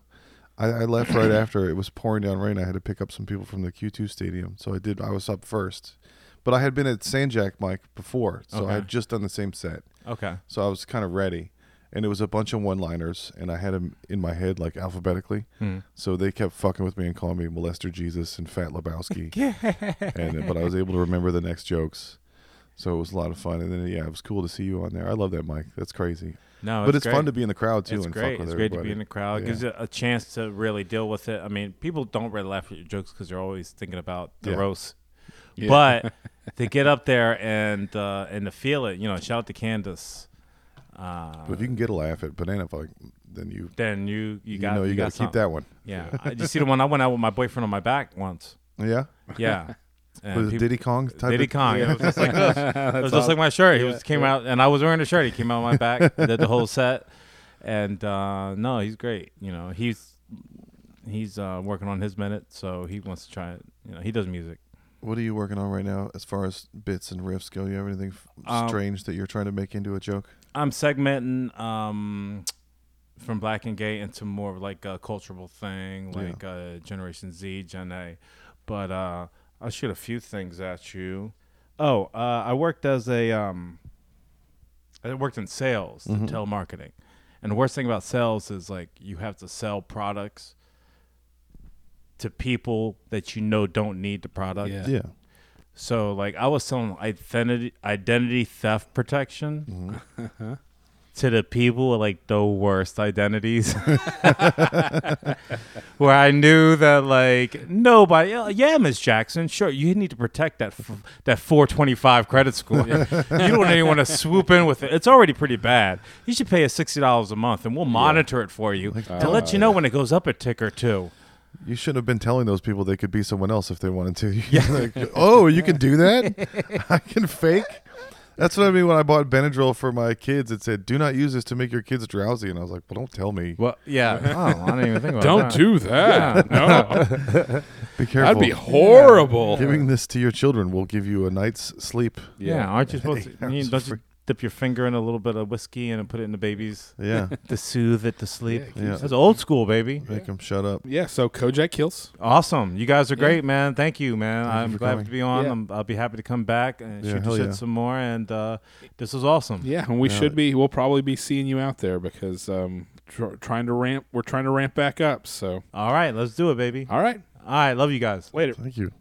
S2: I, I left right after it was pouring down rain. I had to pick up some people from the Q2 stadium, so I did. I was up first, but I had been at Sanjak Mike before, so I
S1: Okay.
S2: had just done the same set,
S1: Okay.
S2: so I was kind of ready. And it was a bunch of one-liners, and I had them in my head like alphabetically.
S1: Hmm.
S2: So they kept fucking with me and calling me molester Jesus and Fat Lebowski. and uh, but I was able to remember the next jokes, so it was a lot of fun. And then yeah, it was cool to see you on there. I love that Mike. That's crazy.
S1: No,
S2: but it's
S1: Oh, great.
S2: fun to be in the crowd too.
S1: It's
S2: and
S1: great.
S2: Fuck with
S1: It's great to be
S2: everybody.
S1: in the crowd. It
S2: Yeah.
S1: gives you a chance to really deal with it. I mean, people don't really laugh at your jokes because they're always thinking about the
S2: Yeah.
S1: roast.
S3: Yeah.
S1: But to get up there and uh, and to feel it, you know, shout out to Candace. Uh,
S2: But if you can get a laugh at banana fuck, then you
S1: then you you
S2: you,
S1: got
S2: know you,
S1: you,
S2: got to keep that one.
S1: Yeah, I- did you see the one I went out with my boyfriend on my back once?
S2: Yeah,
S1: Yeah, and
S2: was it
S1: people-
S2: Diddy Kong type.
S1: Diddy
S2: of,
S1: Kong. It was just like this. it was just like my shirt. He was came out, and I was wearing a shirt. He came out on my back, did the whole set, and uh, no, he's great. You know, he's he's uh, working on his minute, so he wants to try it. You know, he does music.
S2: What are you working on right now as far as bits and riffs go? You have anything f-
S1: Um,
S2: strange that you're trying to make into a joke?
S1: I'm segmenting um, from Black and Gay into more of like a cultural thing,
S2: Yeah.
S1: like uh, Generation Z, Gen A. But uh, I'll shoot a few things at you. Oh, uh, I worked as a um, I worked in sales, telemarketing, and the worst thing about sales is like you have to sell products to people that you know don't need the product.
S3: Yeah.
S2: Yeah,
S1: So like I was selling identity identity theft protection to the people with like the worst identities, where I knew that like nobody. "Oh, Yeah, Miss Jackson, sure you need to protect that f- that 425 credit score. you don't even want to swoop in with it. It's already pretty bad. You should pay us sixty dollars a month, and we'll monitor it for you to let you know when it goes up a tick or two.
S2: you shouldn't have been telling those people they could be someone else if they wanted to. Yeah. like, oh, you can do that? I can fake. That's what I mean when I bought Benadryl for my kids. It said, "Do not use this to make your kids drowsy," and I was like, "Well, don't tell me.
S1: Well, yeah, oh, I didn't even think about
S3: Don't
S1: that.
S3: do that. No,
S2: Be careful.
S3: that'd be horrible.
S2: Giving this to your children will give you a night's sleep."
S1: Yeah, aren't you supposed to?
S2: I'm
S1: You,
S2: so
S1: don't you dip your finger in a little bit of whiskey and put it in the baby's
S2: Yeah,
S1: to soothe it to sleep?
S2: Yeah.
S1: That's old school, baby.
S2: make them shut up.
S3: Yeah, so Kojak kills.
S1: Awesome, you guys are great, man. Thank you, man.
S2: you
S1: I'm
S2: for
S1: glad
S2: coming.
S1: to be on.
S3: Yeah.
S1: I'm, I'll be happy to come back and
S2: Yeah,
S1: shoot the
S2: hell
S1: shit
S2: yeah.
S1: some more. And uh, this was awesome.
S3: Yeah, and we
S2: Yeah.
S3: should be. We'll probably be seeing you out there because um, tr- trying to ramp. We're trying to ramp back up. So
S1: All right, let's do it, baby.
S3: all right,
S1: All right, love you guys.
S3: later.
S2: Thank you.